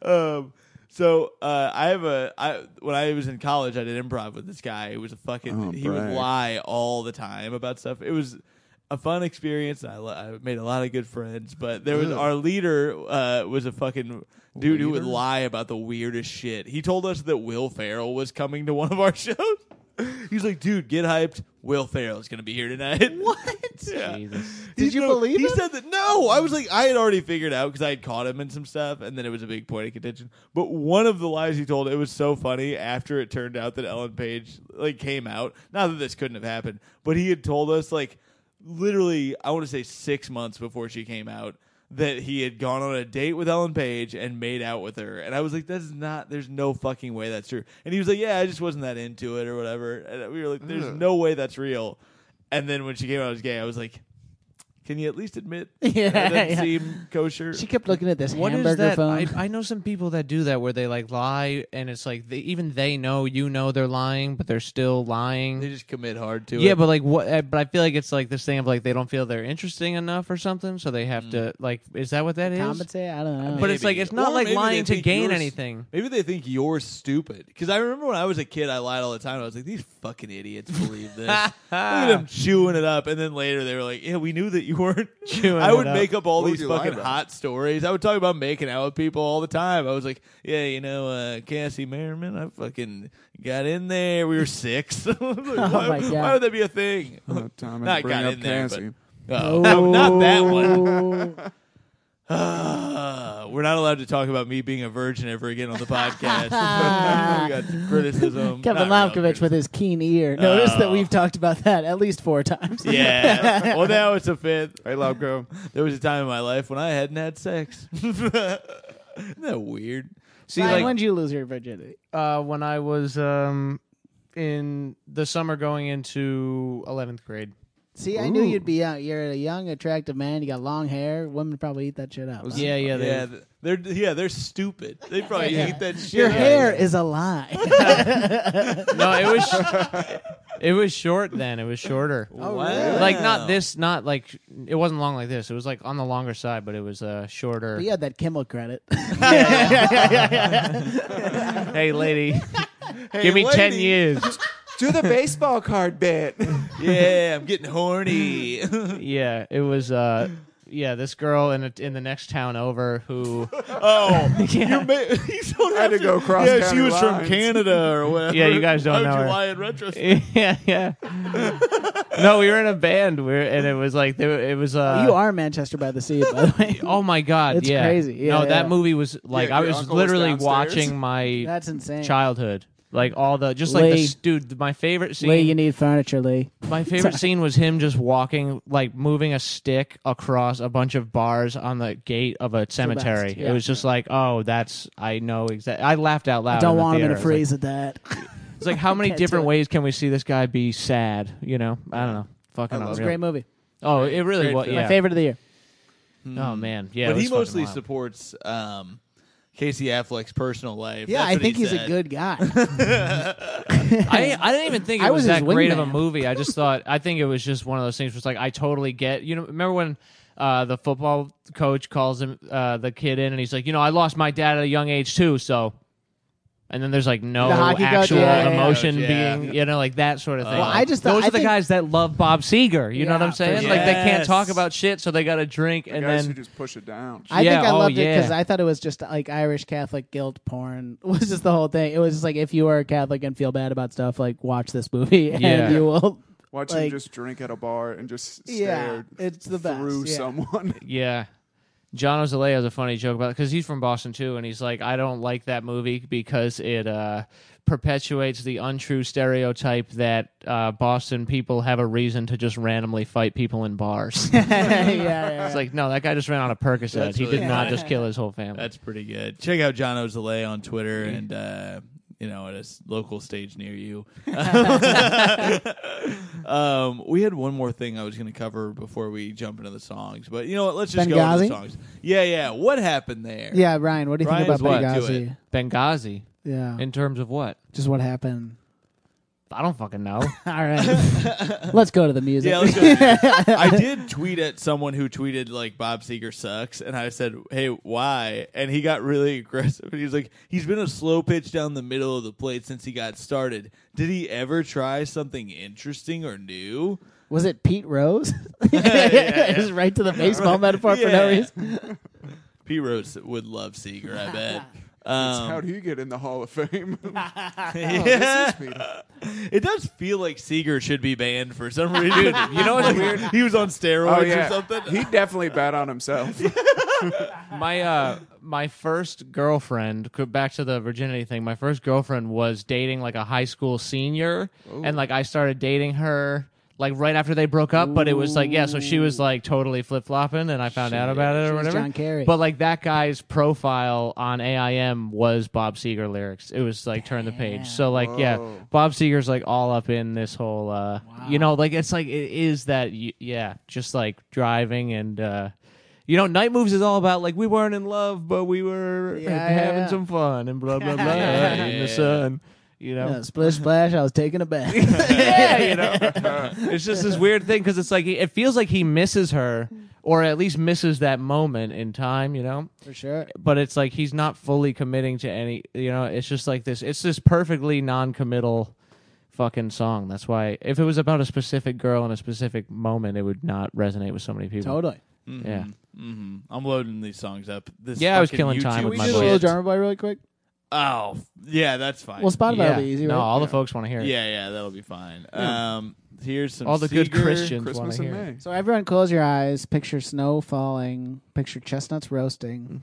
A: um, so uh, I have a I when I was in college, I did improv with this guy. who was a fucking
D: Oh,
A: he would
D: brag.
A: lie all the time about stuff. It was a fun experience. And I, lo- I made a lot of good friends, but there was our leader uh, was a fucking dude who would lie about the weirdest shit. He told us that Will Ferrell was coming to one of our shows. He's like, dude, get hyped. Will Ferrell's gonna be here tonight.
B: What?
A: Yeah.
C: Jesus.
B: Did you
A: no,
B: believe
A: he
B: him?
A: said that? No, I was like, I had already figured out because I had caught him in some stuff, and then it was a big point of contention. But one of the lies he told, it was so funny. After it turned out that Ellen Page like came out, not that this couldn't have happened, but he had told us like literally, I want to say six months before she came out. That he had gone on a date with Ellen Page and made out with her, and I was like, "That's not. There's no fucking way that's true." And he was like, "Yeah, I just wasn't that into it or whatever." And we were like, "There's no way that's real." And then when she came out as gay, I was like, can you at least admit
B: Yeah,
A: that doesn't
B: yeah.
A: seem kosher?
B: She kept looking at this
C: What is
B: hamburger
C: that?
B: phone.
C: I, I know some people that do that where they like lie, and it's like they, even they know you know they're lying, but they're still lying.
A: they just commit hard to it.
C: yeah, but like what? uh, But I feel like it's like this thing of like they don't feel they're interesting enough or something, so they have to like. Is that what that is?
B: Compensate? I don't know.
C: But it's like it's not
A: Or
C: like
A: maybe they
C: lying to
A: think
C: gain
A: you're s-
C: anything.
A: Maybe they think you're stupid. Because I remember when I was a kid, I lied all the time. I was like, these fucking idiots believe this. Look at them chewing it up. And then later they were like, yeah, we knew that you weren't
C: Chewing
A: I
C: it
A: would
C: up.
A: make up all
D: What would
A: these
D: you lie
A: fucking
D: about?
A: hot stories. I would talk about making out with people all the time. I was like, yeah, you know, uh, Cassie Merriman, I fucking got in there. We were six. I was
C: Oh
A: like, why,
B: my God.
A: why would that be a thing?
D: Oh, Tom,
A: Not got
D: and bring up
A: in there,
D: Cassie.
A: but, oh, no, not that one.
B: one.
C: Oh.
A: Ah, we're not allowed to talk about me being a virgin ever again on the podcast. we got criticism.
B: Kevin
A: Not real
B: Lamkovich with his keen ear. Notice that
A: Oh.
B: we've talked about that at least four times.
A: criticism. Yeah. well, now it's a fifth.
D: Hey, Loco.
A: There was a time in my life when I hadn't had sex. Isn't that weird?
C: See,
B: Ryan,
C: like
B: when did you lose your virginity?
C: uh, when I was um, in the summer going into eleventh grade.
B: See, I knew you'd be out. You're a young, attractive man. You got long hair. Women probably eat that shit up. huh?
C: Yeah, yeah, they,
A: yeah, th- they're yeah they're stupid. They probably
B: Yeah.
A: eat that shit.
B: Your
A: out of
B: hair
A: you.
B: is a lie.
C: No, it was it was short then. It was shorter.
A: Wow.
C: Like not this, not like it wasn't long like this. It was like on the longer side, but it was uh shorter.
B: but you had that Kimmel credit.
C: Hey, lady,
A: Hey,
C: give me ten
A: lady.
C: years.
D: Do the baseball card bit.
A: Yeah, I'm getting horny.
C: yeah, it was. uh Yeah, this girl in a, in the next town over who.
A: Oh, you're ma- you don't have
D: Had to go cross
A: Yeah, she
D: county
A: was from
D: lines.
A: Canada or whatever.
C: Yeah, you guys
A: Why
C: don't
A: would
C: know
A: you
C: her.
A: lie in retrospect?
C: yeah, yeah. No, we were in a band. We were, and it was like they were- it was. uh
B: you are Manchester by the Sea, by the way.
C: Oh my god!
B: It's
C: yeah.
B: crazy. Yeah,
C: no,
B: yeah.
C: that movie was like
D: Yeah,
C: I
D: your
C: was
D: uncle was
C: literally
D: downstairs.
C: watching my
B: That's insane.
C: childhood. Like all the just like
B: Lee.
C: this dude, my favorite scene.
B: Lee, you need furniture, Lee.
C: my favorite scene was him just walking, like moving a stick across a bunch of bars on the gate of a cemetery.
B: yeah.
C: It was just like, oh, that's I know exactly. I laughed out loud.
B: I don't
C: the
B: want him in a
C: theater. It's
B: freeze at that.
C: like- It's like, how many
B: Can't
C: different
B: do it.
C: ways can we see this guy be sad? You know, I don't know. Fucking
D: love
B: It's a
C: unreal.
B: great movie.
C: Oh, it really
A: Great
C: was.
A: film.
C: Yeah.
B: My favorite of the year.
C: Oh man, yeah. it
A: but he
C: was fucking
A: mostly
C: wild.
A: supports um, Casey Affleck's personal life.
B: Yeah,
A: That's
B: I
A: what
B: think
A: he
B: he's a
A: said.
B: good guy.
C: I, I didn't even think it
B: I
C: was,
B: was his
C: that great of a
B: wingman.
C: movie. I just thought I think it was just one of those things. Where it's like I totally get. You know, remember when uh, the football coach calls him uh, the kid in, and he's like, you know, I lost my dad at a young age too, so. And then there's like no
B: The hockey coach,
C: actual
B: yeah, yeah, yeah.
C: emotion
A: Yeah. Uh,
C: being, you know, like that sort of thing.
B: Well, I just thought-
C: those
B: I
C: are the
B: think-
C: guys that love Bob Seger. You know what
B: Yeah,
C: I'm
B: for
C: saying?
A: sure.
C: Like they can't
A: Yes.
C: talk about shit, so they got to drink, and
D: guys
C: then
D: who just push it down.
B: I
C: Yeah,
B: think I
C: oh,
B: loved it
C: yeah.
B: because I thought it was just like Irish Catholic guilt porn was just the whole thing. It was just like if you are a Catholic and feel bad about stuff, like watch this movie and
C: Yeah.
B: you will.
D: Watch
B: like-
D: him just drink at a bar and just
B: Yeah,
D: stare
B: it's the best.
D: through
B: yeah.
D: someone.
C: Yeah. John Ozalea has a funny joke about it because he's from Boston too, and he's like, I don't like that movie because it uh, perpetuates the untrue stereotype that uh, Boston people have a reason to just randomly fight people in bars. it's
B: yeah, yeah, yeah.
C: like, no, that guy just ran on a Percocet.
A: That's
C: he
A: really
C: did not
A: funny.
C: just kill his whole family.
A: That's pretty good. Check out John Ozalea on Twitter and uh, you know at a s- local stage near you. um, we had one more thing I was going to cover before we jump into the songs, but you know what? Let's just go into
B: Benghazi?
A: the songs. Yeah, yeah. What happened there?
B: yeah, Ryan, what do you
A: Ryan's
B: think
A: what
B: about
A: to
B: Benghazi?
C: Benghazi,
B: Yeah,
C: in terms of what?
B: just what happened.
C: I don't fucking know.
B: All right, let's go to the music.
A: Yeah, let's go. I did tweet at someone who tweeted like Bob Seger sucks, and I said, "Hey, why?" And he got really aggressive. And he was like, "He's been a slow pitch down the middle of the plate since he got started. Did he ever try something interesting or new?"
B: was it Pete Rose? just right to the baseball metaphor for no
A: Yeah.
B: reason.
A: Pete Rose would love Seeger, I bet.
D: How
A: Um,
D: do you get in the Hall of Fame?
A: yeah.
D: Excuse me.
A: It does feel like Seeger should be banned for some reason. you know what's weird? He was on steroids
D: Oh,
A: or
D: yeah.
A: something.
D: He definitely bet on himself.
C: my uh my first girlfriend go back to the virginity thing my first girlfriend was dating like a high school senior and like i started dating her like right after they broke up but it was like yeah so she was like totally flip-flopping and i found out about it or
B: She was
C: whatever
B: John Kerry.
C: but like that guy's profile on aim was bob seger lyrics it was like turn the page so like yeah
D: Whoa.
C: bob seger's like all up in this whole uh you know like it's like it is that y- yeah just like driving and uh you know, Night Moves is all about like we weren't in love, but we were
B: Yeah, yeah,
C: having
B: yeah.
C: some fun and blah blah blah
A: Yeah.
C: in the sun. You
B: Yeah,
C: know,
B: splish splash, I was taking a bath.
C: yeah, you know, it's just this weird thing because it's like he- it feels like he misses her, or at least misses that moment in time. You know,
B: for sure.
C: but it's like he's not fully committing to any. You know, it's just like this. It's this perfectly non-committal fucking song. That's why if it was about a specific girl in a specific moment, it would not resonate with so many people.
B: Totally.
C: Yeah.
A: hmm I'm loading these songs up. This
C: Yeah, I was
A: fucking
C: killing
A: YouTube
C: time
B: Can
C: with
B: we
C: my
B: do
A: shit.
B: a little
C: voice.
B: drummer boy really quick?
A: Oh, f- yeah, that's fine.
B: Well, Spotify
C: yeah.
B: will be easy,
C: No,
B: right?
C: all the folks want to hear it.
A: yeah, yeah, that'll be fine. Um, here's some
C: All the good
A: Seeger.
C: Christians want
D: Christmas
C: to
D: in
C: hear.
D: May.
B: So everyone, close your eyes. Picture snow falling. Picture chestnuts roasting.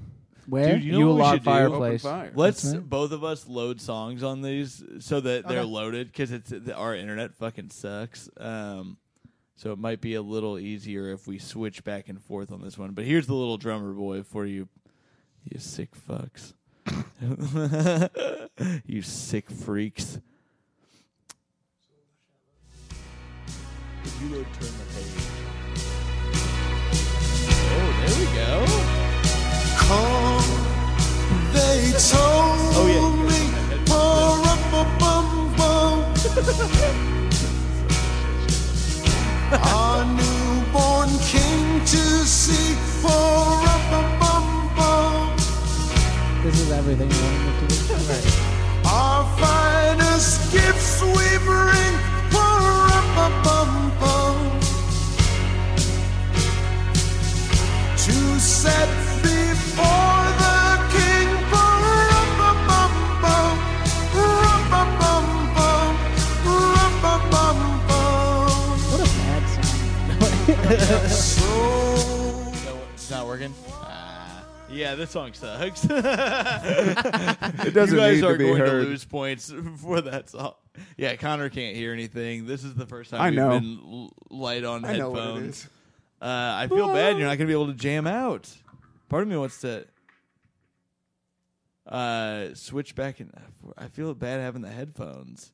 B: Where?
A: Dude, you know
C: You
A: what we
C: love
A: should do?
C: fire-
D: Open
C: Fireplace.
D: fire.
A: Let's
B: That's right.
A: both of us load songs on these so that they're
B: Okay.
A: loaded because it's our internet fucking sucks. Um, so it might be a little easier if we switch back and forth on this one. But here's the little drummer boy for you, you sick fucks, you sick freaks. You would turn the page. Oh, there we go.
E: Come, they told
A: Oh, yeah, you
E: me, "Ba-rum-ba-bum-bum." Our newborn king to see, "Ba-rum-ba-bum-bum."
B: This is everything. you wanted to do.
E: Our finest gifts we bring, "Ba-rum-ba-bum-bum." To set before the king, "Ba-rum-ba-bum-bum, rum-ba-bum-bum, rum-ba-bum-bum."
B: What a bad song.
E: So
A: No, it's not working. yeah, this song sucks.
D: It doesn't
A: you guys
D: need
A: are
D: to be
A: going
D: heard.
A: to lose points for that song. Yeah, Connor can't hear anything. This is the first time
D: I
A: we've
D: know.
A: been l- light on
D: I know
A: headphones.
D: what it is.
A: Uh, I feel bad. You're not going to be able to jam out. Part of me wants to uh, switch back, and I feel bad having the headphones.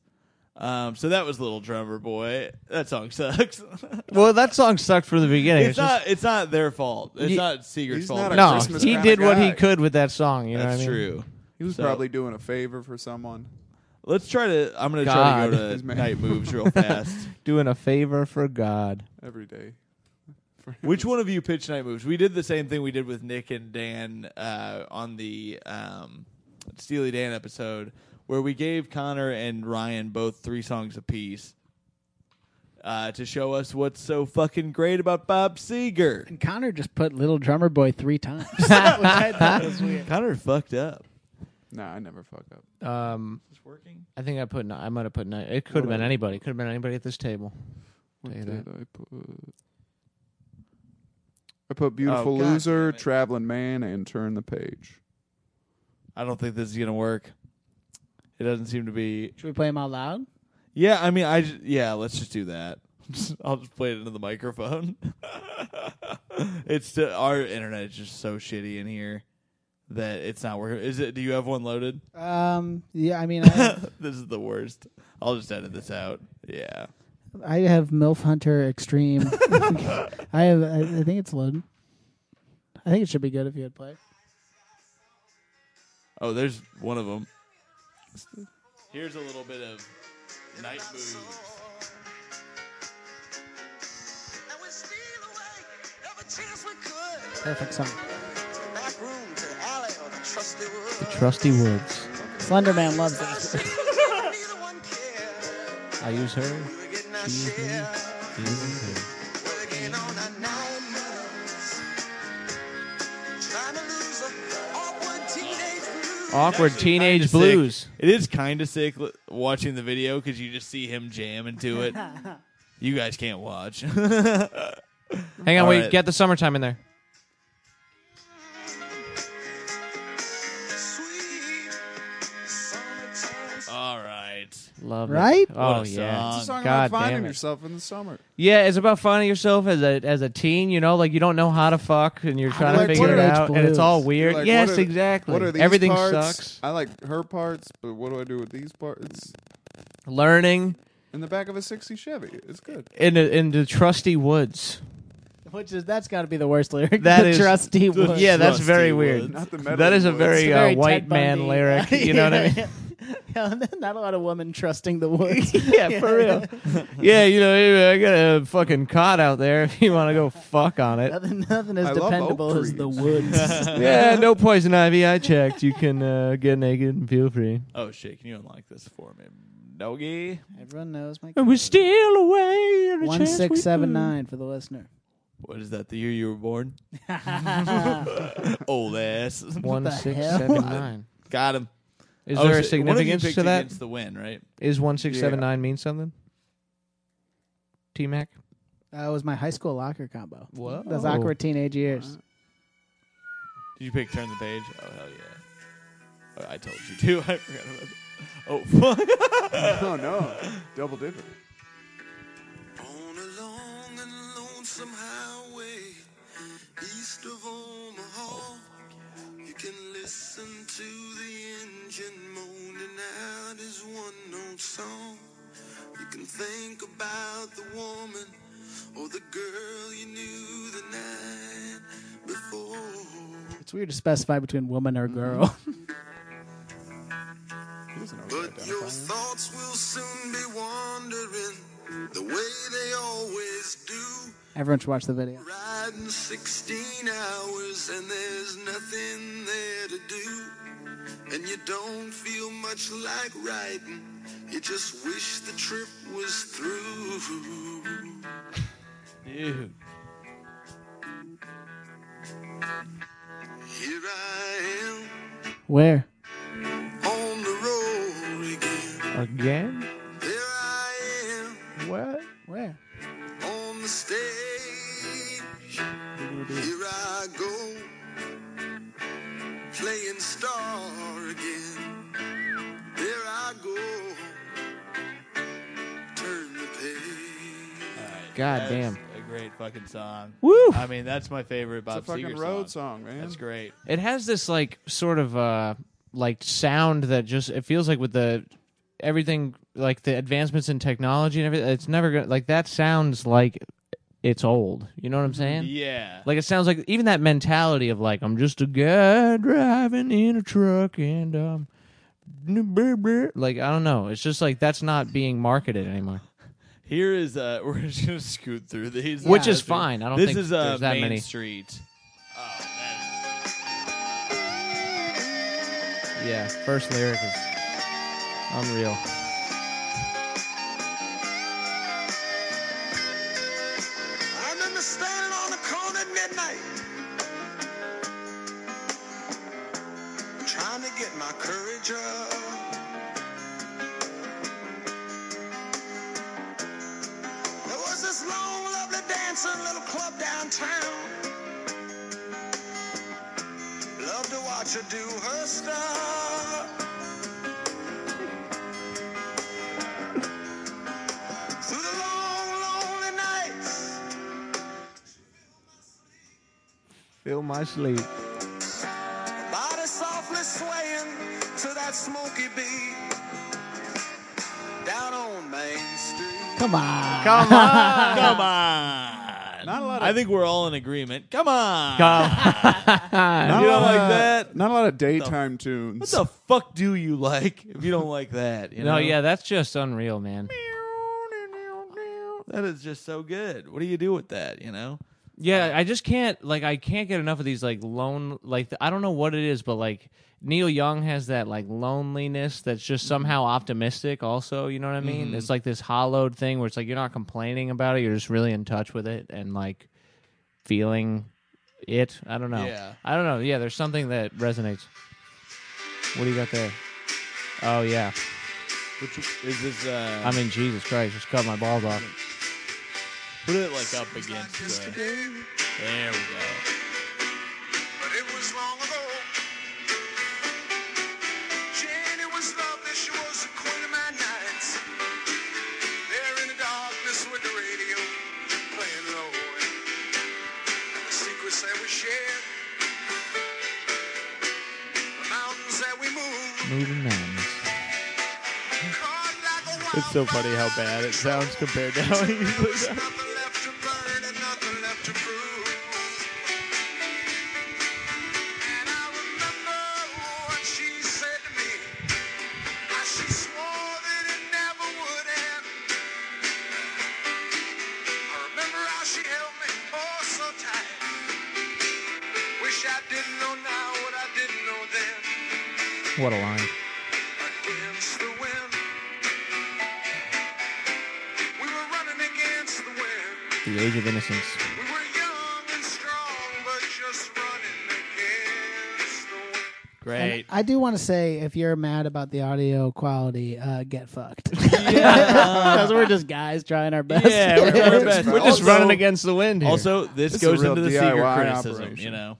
A: Um, so that was Little Drummer Boy. That song sucks.
C: Well, that song sucked from the beginning.
A: it's not. It's not their fault. It's
C: Ye-
A: not Seager's
D: He's
A: fault.
D: not a
C: no,
D: Christmas
C: he
D: kinda
C: did what he
D: guy.
C: could with that song. You know
A: That's
C: what I mean?
A: true.
D: He was
A: So-
D: probably doing a favor for someone.
A: Let's try to. I'm gonna try to
C: God.
A: go to night moves real fast.
C: Doing a favor for God.
D: every day.
A: Which one of you pitched night moves? We did the same thing we did with Nick and Dan uh, on the um, Steely Dan episode, where we gave Connor and Ryan both three songs apiece uh, to show us what's so fucking great about Bob Seger.
B: And Connor just put Little Drummer Boy three times. Which I thought was weird.
A: Connor fucked up.
D: Nah, I never fuck up.
C: Um,
A: It's working.
C: I think I put. ni- I might have put. ni- It could have been anybody. Could have been anybody at this table.
D: What
C: Tell you
D: did
C: that.
D: I put? I put Beautiful
A: God
D: Loser,
A: damn it.
D: Traveling Man, and Turn the Page.
A: I don't think this is gonna work. It doesn't seem to be.
B: Should we play him out loud?
A: Yeah, I mean, I j- yeah. Let's just do that. I'll just play it into the microphone. it's still, our internet is just so shitty in here that it's not working. Is it? Do you have one loaded?
B: Um, yeah, I mean, I,
A: this is the worst. I'll just edit this out. Yeah.
B: I have MILF Hunter Extreme. I have. I, I think it's loaded. I think it should be good if you had played.
A: Oh, there's one of them. Here's a little bit of night moves.
E: And we steal away every chance we could.
B: Perfect song.
E: Back room to the alley or the trusty wood.
C: Trusty Woods.
B: Slender Man loves this.
E: Neither one cared.
C: I use her.
E: We were getting our share. Working on our night moves. Trying to lose the awkward teenage blues.
C: Awkward
A: Actually, kinda
C: teenage
A: sick.
C: blues.
A: It is kind of sick l- watching the video because you just see him jam into it. you guys can't watch.
C: Hang on,
A: All
C: wait.
A: right.
C: Get the summertime in there.
E: Sweet summertime.
A: All right.
C: Love it.
B: Right?
C: Oh
A: What a
C: yeah.
A: song.
D: It's a song
C: God
D: about finding
C: damn it.
D: yourself in the summer.
C: Yeah, it's about finding yourself as a as a teen. You know, like you don't know how to fuck, and you're trying
B: like
C: to figure it
B: teenage
C: out, and
B: blues.
C: it's all
D: You're
C: weird.
D: like,
C: yes,
D: what are-
C: exactly.
D: What are these
C: Everything
D: parts?
C: sucks.
D: I like her parts, but what do I do with these parts?
C: Learning
D: In the back of a '60 Chevy, it's good.
C: in the, in the trusty woods.
B: Which is that's got to be the worst lyric.
C: That
B: the
C: is-
B: Trusty Wood.
C: Yeah, that's
A: Trusty
C: very
A: woods.
C: weird.
D: Not the metal.
C: That is a
D: woods.
C: very,
B: It's
C: uh,
B: very
C: white
B: Ted
C: man
B: Bundy.
C: lyric. You know what I mean?
B: Yeah, not a lot of women trusting the woods.
C: yeah, for real. yeah, you know, anyway, I got a fucking cot out there if you want to go fuck on it.
B: nothing, nothing as
D: I love oak
B: dependable as
D: trees.
B: the woods.
C: Yeah, Eh, no poison ivy. I checked. You can uh, get naked and feel free.
A: Oh shit! Can you unlock this for me, doggy?
B: Everyone knows my.
C: And we're still away. every
B: One
C: chance we
B: six seven
C: can.
B: nine for the listener.
A: What is that? The year you were born?
D: Ah.
A: Old ass.
C: One
B: the
C: six
B: hell?
C: seven nine.
A: Got him.
C: Is
A: Oh,
C: there a
A: so one of you
C: significance
A: picked
C: to that?
A: Against the win, right?
C: Is one six seven
D: Yeah.
C: nine mean something? T Mac.
B: That was my high school locker combo.
C: Whoa.
B: Those awkward teenage years.
A: Did you pick turn the page? Oh hell yeah! Oh, I told you to. I forgot about that. Oh fuck!
D: Oh no, double dipper.
E: On a long and lonesome highway, east of Omaha, you can listen to the engine moaning out his one note song. You can think about the woman or the girl you knew the night before.
B: It's weird to specify between woman or girl.
D: He doesn't know what
E: But
D: to
E: your
D: identify.
E: thoughts will soon be wandering the way they always do.
B: Everyone should watch the video.
E: Riding 16 hours and there's nothing there to do. And you don't feel much like riding. You just wish the trip was through.
A: Dude,
E: Here I
B: Where?
E: am on the road again.
C: Oh, Again?
E: There I am
C: What?
B: Where?
E: on the stage. Here I go playing star again. There I go. Turn the page.
C: God
A: that's
C: damn.
A: A great fucking song.
C: Woo!
A: I mean, that's my favorite Bob
D: It's a fucking
A: Seger
D: road
A: song.
D: song, man.
A: That's great.
C: It has this like sort of uh like sound that just it feels like with the everything like the advancements in technology and everything it's never gonna like that sounds like it's old. You know what I'm saying?
A: Yeah.
C: Like it sounds like even that um, mentality of like I'm just a guy driving in a truck and I'm like I don't know. It's just like that's not being marketed anymore,
A: Here is uh, we're just gonna scoot through these,
C: which
B: Yeah,
C: is fine. I don't
A: this
C: think
A: is uh,
C: there's that
A: Main
C: many.
A: Street. Oh, man.
C: Yeah, first lyric is unreal.
E: I remember standing on the corner at midnight, trying to get my courage up. There was this long, lovely dancer in a little club downtown. Loved to watch her do her stuff. Through the long, lonely nights.
C: Feel my sleep.
E: body softly swaying to that smoky beat down on Main Street.
B: Come on.
A: Come on, come on.
D: Not a lot
A: I
D: of-
A: think we're all in agreement. Come on.
C: Oh,
D: Not
A: You
D: a
A: don't
D: lot
A: like
D: of-
A: that?
D: Not a lot of daytime tunes.
A: What the fuck do you like if you don't like that? You
C: No,
A: know?
C: yeah, that's just unreal, man.
A: That is just so good. What do you do with that? You know?
C: Yeah, I just can't like I can't get enough of these like lone like I don't know what it is, but like Neil Young has that like loneliness that's just
A: Mm-hmm.
C: somehow optimistic. Also, you know what I mean? It's like this hollowed thing where it's like you're not complaining about it; you're just really in touch with it and like feeling it. I don't know.
A: Yeah.
C: I don't know. Yeah, there's something that resonates. What do you got there? Oh yeah,
A: Which is this? Uh,
C: I mean Jesus Christ, just cut my balls off.
A: put it like up against. The, there we go.
E: But it was long ago. Jenny was lovely, she was the queen of my nights. There in the darkness with the radio playing low. And the secrets that we shared. The mountains that we moved.
C: Moving on.
E: Caught like a wild
A: It's so funny how bad it sounds compared to how he usually
E: There's nothing left to burn and nothing left to prove. And I remember what she said to me. How she swore that it never would end. I remember how she held me oh so tight. Wish I didn't know now what I didn't know then.
C: What a line.
E: Against the wind. We were running against the wind.
C: The age of innocence.
E: We were young and strong, but just running against the wind.
B: And
A: Great.
B: I do want to say, if you're mad about the audio quality, uh, get fucked. Because we're just guys trying our best.
A: Yeah, we're, we're, best. we're just
D: Also-
A: running against.
C: the wind
A: Also, this
D: This is a
A: goes
D: real
A: into the secret
D: DIY
A: criticism, you
D: operation.
A: know.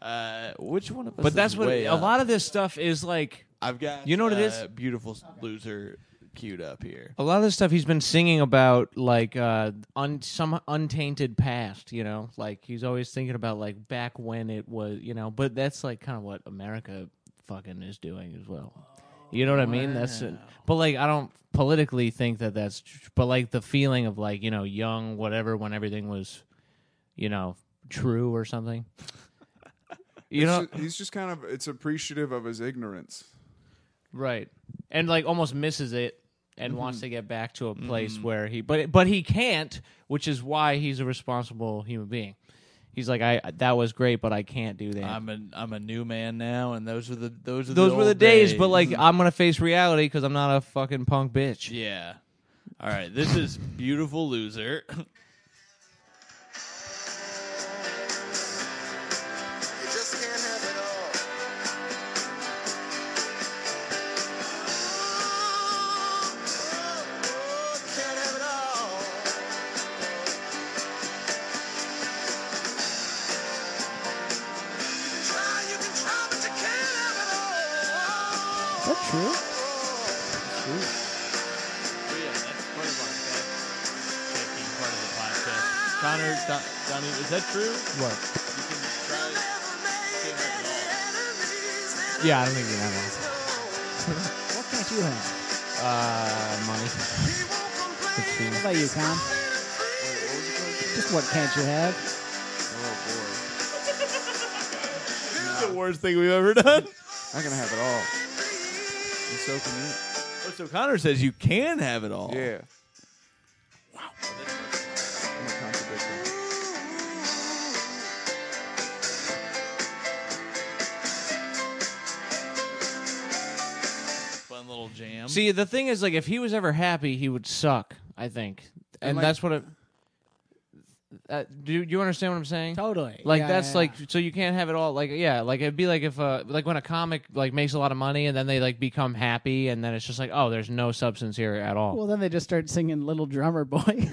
A: Uh, which one of us?
C: But that's
A: is
C: what
A: way
C: a
A: up?
C: lot of this stuff is like.
A: I've got.
C: You know what it is?
A: uh, Beautiful loser queued up here.
C: A lot of this stuff he's been singing about, like uh, un- some untainted past. You know, like he's always thinking about like back when it was. You know, but that's like kind of what America fucking is doing as well. You know what I mean? That's it. But like, I don't politically think that that's. Tr- but like the feeling of like you know young whatever when everything was, you know, true or something. You know,
D: It's ju- he's just kind of. It's appreciative of his ignorance.
C: Right. And like almost misses it and wants to get back to a place where he but but he can't, which is why he's a responsible human being. He's like I that was great, but I can't do that.
A: I'm a I'm a new man now, and those were the those are
C: Those
A: the
C: were the
A: old
C: days, but like I'm going to face reality cuz I'm not a fucking punk bitch.
A: yeah. All right, this is beautiful loser. Oh,
E: You just can't have it all. Oh, oh, oh, can't have it all. You can try, you can try, but you can't have it all. Is that true?
A: Oh, yeah, that's part of our fact checking part of the podcast. Connor, Don, Donnie, is that true? What? You can try. can't have it all.
C: Yeah, I don't think you have one.
B: What can't you have?
C: Uh money.
B: What about you, Tom? Just what can't you have?
D: Oh
A: This is the worst thing we've ever done.
D: boy, I can have it all. and so can you.
A: What's O'Connor Oh, says you can have it all.
D: Yeah. Wow. I'm gonna contradict him.
A: Fun little jam.
C: See, the thing is, like, if he was ever happy, he would suck. I think, and,
D: like-
C: that's what. It, uh, do you understand what I'm saying?
B: Totally.
C: Like
B: Yeah,
C: that's
B: yeah,
C: like
B: yeah.
C: so you can't have it all. Like yeah, like it'd be like if uh like when a comic like makes a lot of money and then they like become happy and then it's just like oh there's no substance here at all.
B: Well, then they just start singing "Little Drummer Boy."
C: Who?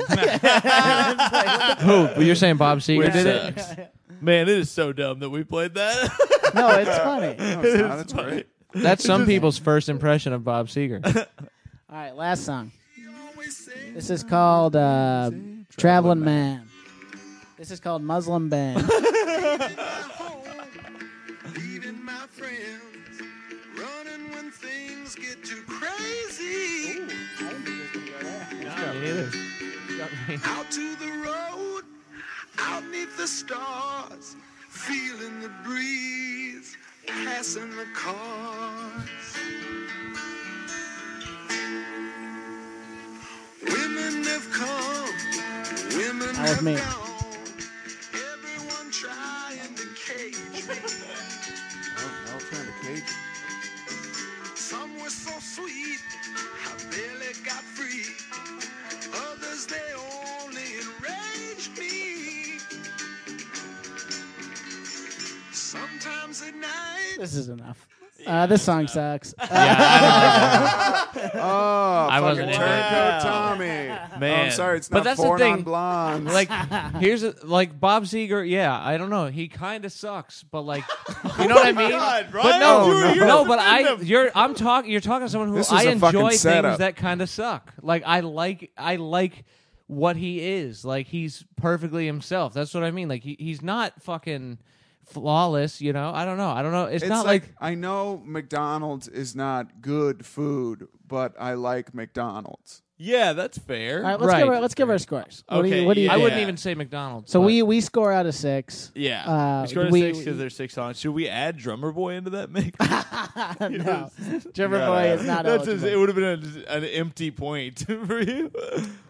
C: Well, you're saying Bob Seger
A: Which uh,
C: did it?
A: sucks. Man, it is so dumb that we played that.
B: no, it's funny.
D: No, it's not. Oh, That's great.
C: That's some people's first impression of Bob Seger.
B: All right, last song.
E: Always say
B: This is called uh, "Traveling Man." This is called Muslim Band.
E: leaving my friends, running when things get too crazy. Out to the road, out neath the stars, feeling the breeze, passing the cars. Women have come, women
B: That was
E: have
B: me.
E: gone. Everyone trying to cage me.
D: I was trying to cage.
E: Some were so sweet, I barely got free. Others, they only enraged me. Sometimes at night,
B: This is enough. Uh, this song sucks. Uh,
D: Oh, I
C: wasn't
D: wasn't
C: into it.
A: Wow.
D: Turncoat
A: Man.
D: Tommy. Oh, I'm sorry, it's
C: But
D: not
C: that's the
D: four
C: thing.
D: non blondes.
C: like here's a, like Bob Seger. Yeah, I don't know. He kind of sucks, but like you know what I mean.
A: God,
C: but
A: Brian,
C: no,
D: you were here
C: no.
A: to
C: But
A: defend
C: I
A: him.
C: you're I'm talking. You're talking to someone who
D: This is
C: I
D: a fucking
C: enjoy things
D: setup.
C: that kind of suck. Like I like I like what he is. Like he's perfectly himself. That's what I mean. Like he, he's not fucking flawless. You know. I don't know. I don't know. It's,
D: it's
C: not
D: like,
C: like
D: I know McDonald's is not good food, but I like McDonald's.
A: yeah, that's fair.
B: all right, let's give
C: Right.
B: our, let's give our scores. What do
A: Okay,
B: you, what do you
A: yeah.
C: I
B: think?
C: wouldn't even say McDonald's.
B: So
C: but-
A: uh,
B: we we score out of six.
A: yeah,
B: Uh,
A: we scored a
B: we-
A: six because there's six songs. Should we add Drummer Boy into that mix?
B: no, Drummer Boy is not
A: Uh, That's
B: eligible.
A: it would have been a, an empty point for you.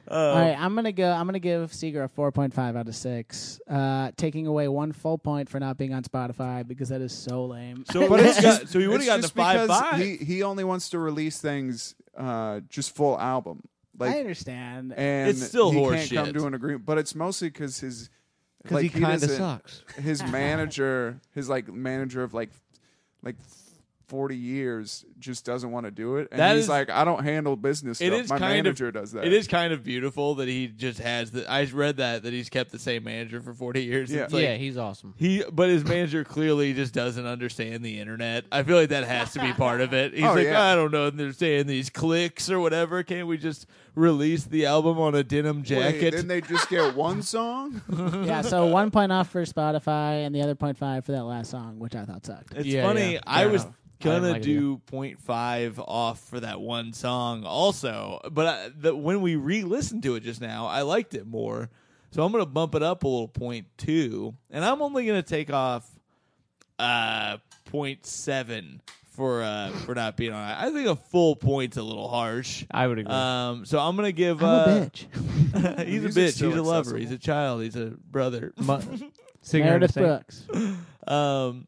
A: Uh,
B: All right, I'm gonna go. I'm gonna give Seeger a 4.5 out of six, uh, taking away one full point for not being on Spotify because that is so lame.
A: So,
D: But it's
A: it's
D: just,
A: got, so he would have
D: it's
A: gotten the
D: just
A: five
D: because
A: five.
D: He, he only wants to release things uh, just full album. Like
B: I understand.
D: and
A: It's still
D: he
A: horseshit.
D: can't come to an agreement. But it's mostly because his
C: because
D: like,
C: he kind of
D: doesn't-
C: sucks.
D: His manager, his like manager of like like forty years, just doesn't want to do it, and
A: That
D: he's
A: is-
D: like, I don't handle business.
A: It
D: stuff.
A: is
D: My
A: kind
D: manager
A: of,
D: does that.
A: It is kind of beautiful that he just has the. I read that that he's kept the same manager for forty years.
D: Yeah.
A: It's like,
C: yeah, he's awesome.
A: He, but his manager clearly just doesn't understand the internet. I feel like that has to be part of it. He's
D: Oh,
A: like,
D: yeah.
A: I don't know, understand these clicks or whatever. Can't we just release the album on a denim
D: Wait,
A: jacket?
D: Didn't they just get one song?
B: yeah, so one point off for Spotify and the other point five for that last song, which I thought sucked.
A: it's
C: Yeah,
A: funny.
C: yeah.
A: I
C: Fair
A: was
C: enough. I didn't
A: gonna
C: like it
A: do point five 0.5 off for that one song also, but I, the, when we re-listened to it just now, I liked it more. So I'm gonna bump it up a little point two, and I'm only gonna take off uh point seven for uh for not being on. I think a full point's a little harsh.
C: I would agree.
A: Um, so I'm gonna give.
B: I'm
A: uh,
B: a bitch.
A: he's a
D: Music's
A: bitch. He's a
D: still
A: lover.
D: accessible.
A: He's a child. He's a brother.
C: Singer and
B: Meredith uh,
C: singer.
B: Brooks.
A: um,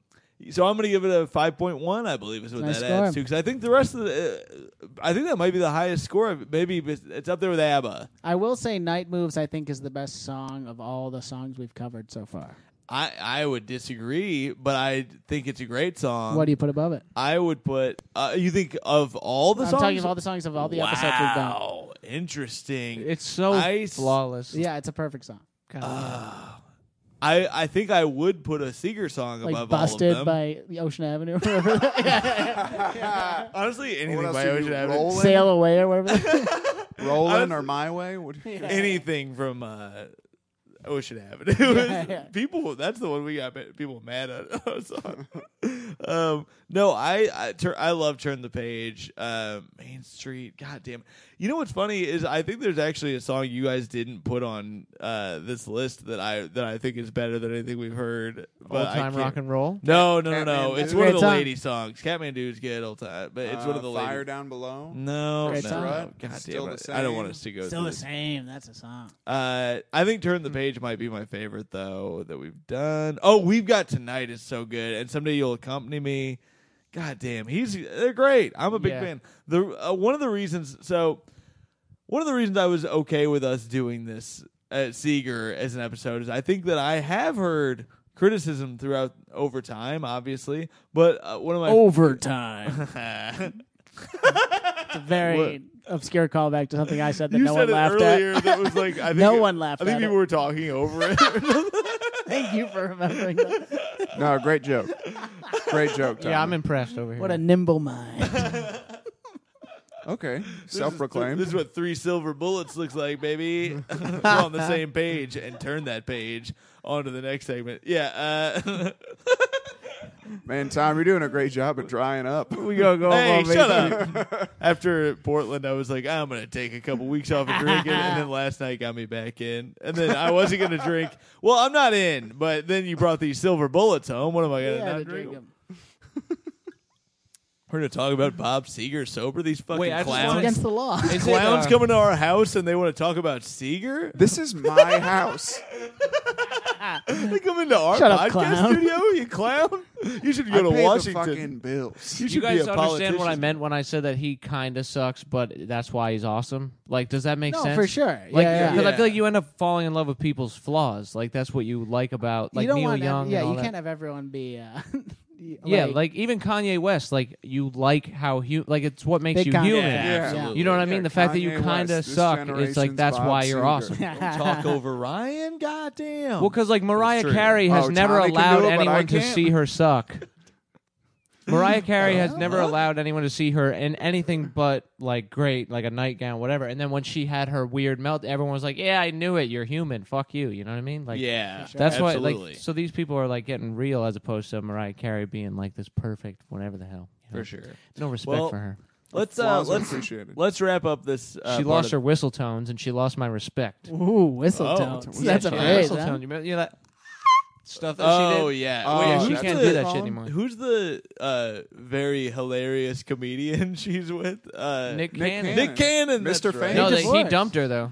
A: so I'm gonna give it a 5.1. I believe is what
B: Nice
A: that
B: score.
A: adds to because I think the rest of the, uh, I think that might be the highest score. Maybe it's it's up there with ABBA.
B: I will say Night Moves I think is the best song of all the songs we've covered so far.
A: I I would disagree, but I think it's a great song.
B: what do you put above it?
A: I would put. Uh, you think of all the
B: I'm
A: songs?
B: talking of all the songs of all the
A: wow,
B: episodes we've done.
A: interesting.
C: It's so
A: I s-
C: flawless.
B: Yeah, it's a perfect song.
A: I I think I would put a Seeger song
B: Like
A: above all
B: Busted
A: of them.
B: by the Ocean Avenue or whatever.
A: Honestly,
D: What
A: anything
D: else
A: by
D: did you-
A: Ocean Avenue.
D: Rolling,
B: Sail Away or whatever.
D: rolling, or my way? What do you-
A: anything from uh Ocean Avenue. It was-
B: Yeah, yeah.
A: People, that's the one we got ma- people mad at us on. um, no, I I, tur- I love Turn the Page, uh, Main Street. God damn. You know what's funny is I think there's actually a song you guys didn't put on uh, this list that I that I think is better than anything we've heard.
C: Old
A: but I
C: time
A: can't-
C: rock and roll.
A: No, no, no, no.
D: Catman
A: It's
D: Dude.
A: one of the
B: Great song.
A: lady songs. Catmandu's good old time, but it's one of the
D: Uh,
A: lady.
D: fire down below.
A: No,
B: Great
A: no,
B: song.
A: no. God
D: Still
A: damn
D: the
A: it. I don't
D: same.
A: want us to go
B: Still
A: through
B: the
A: this.
B: same. That's a song.
A: Uh, I think Turn the
B: Hmm.
A: Page might be my favorite though that we've done. Oh, we've got tonight is so good, and someday you'll accompany me. God damn, he's they're great. I'm a big
C: Yeah.
A: fan. The uh, one of the reasons so one of the reasons I was okay with us doing this at Seeger as an episode is I think that I have heard criticism throughout over time, obviously, but uh, one of my
B: Oh. Overtime. it's a very obscure callback to something I said that
A: you
B: no
A: said
B: one
A: it
B: laughed
A: earlier
B: at.
A: that was like I think
B: No
A: it-
B: one laughed
A: I think
B: at
A: people
B: it.
A: were talking over it.
B: Thank you for remembering that.
D: No, great joke. great joke. Tommy.
C: Yeah, I'm impressed over here.
B: What a nimble mind.
D: Okay,
A: This is-
D: self-proclaimed.
A: This is what three silver bullets looks like, baby. We're on the same page and turn that page onto the next segment. Yeah. Uh,
D: Man, Tom, you're doing a great job at drying up.
B: we gonna go
A: hey, shut up. After Portland, I was like, I'm going to take a couple weeks off of drinking. and then last night got me back in. And then I wasn't going to drink. Well, I'm not in. But then you brought these silver bullets home. What am I going
B: Yeah,
A: not
B: to
A: drink?
B: drink 'em.
A: them? We're going to talk about Bob Seeger sober? These fucking
C: Wait, I
B: It's
C: just
A: clowns.
C: wanna-
B: against the law.
C: Is it,
A: Clowns
C: uh,
A: coming to our house and they want to talk about Seeger?
D: This is my house.
A: They come into our
B: Shut up,
A: podcast
B: clown.
A: studio, you clown. You should go
D: I
A: to
D: pay the
A: Washington.
D: fucking bills.
A: you should
C: You guys
A: be a
C: understand what I
A: politician.
C: meant when I said that he kind of sucks, but that's why he's awesome. Like, does that make
B: No,
C: sense?
B: for sure. yeah,
C: Like,
B: yeah.
C: because I feel like you end up falling in love with people's flaws. Like that's what you like about like
B: you don't
C: Neil
B: want ev-
C: Young.
B: yeah,
C: and all
B: you
C: that.
B: can't have everyone be. Uh, y-
C: Yeah, like even Kanye West, like you like how hu- like it's what makes
B: Big
C: you
B: Kanye.
C: human.
A: Yeah,
D: Yeah.
A: absolutely.
C: You know what I
D: Yeah,
C: mean? the fact that you
D: Kanye
C: kind of
D: West, this
C: suck, it's like
D: generation's
C: that's
D: Bob
C: why you're
D: Seger.
C: awesome.
A: Don't talk over Ryan. Goddamn.
C: Well, because like Mariah
A: true.
C: Carey has
D: Oh,
C: never
D: Tommy can do
C: allowed
D: it, but I
C: anyone to
D: can't.
C: see her suck. Mariah Carey
D: Oh.
C: has never allowed anyone to see her in anything but like great, like a nightgown, whatever. And then when she had her weird melt, everyone was like, "Yeah, I knew it. You're human. Fuck you." You know what I mean? Like,
A: yeah,
C: that's why.
A: absolutely.
C: Like, so these people are like getting real as opposed to Mariah Carey being like this perfect, whatever the hell. you know?
A: for sure.
C: No respect
A: Well,
C: for her.
A: Let's uh,
D: Flaws are
A: let's
D: appreciated.
A: let's wrap up this. Uh,
C: She
A: part
C: lost her
A: of-
C: whistle tones and she lost my respect.
B: ooh, whistle
A: Oh,
B: tones.
A: it's a
B: That's a
C: Yeah, she-
A: whistle
B: phrase.
C: whistle
B: huh?
C: tone. You remember- you know that stuff that she did?
A: Oh yeah.
D: Oh,
A: Wait,
D: yeah,
A: who's
C: she
D: that's
C: can't
A: the-
C: do that shit
D: Colin?
C: anymore.
A: Who's the uh, very hilarious comedian she's with? Uh,
C: Nick,
D: Nick
C: Cannon.
D: Cannon.
A: Nick Cannon, that's
D: Mr.
A: right.
D: Fame.
C: No,
B: He
C: they, he
B: divorced.
C: dumped her though.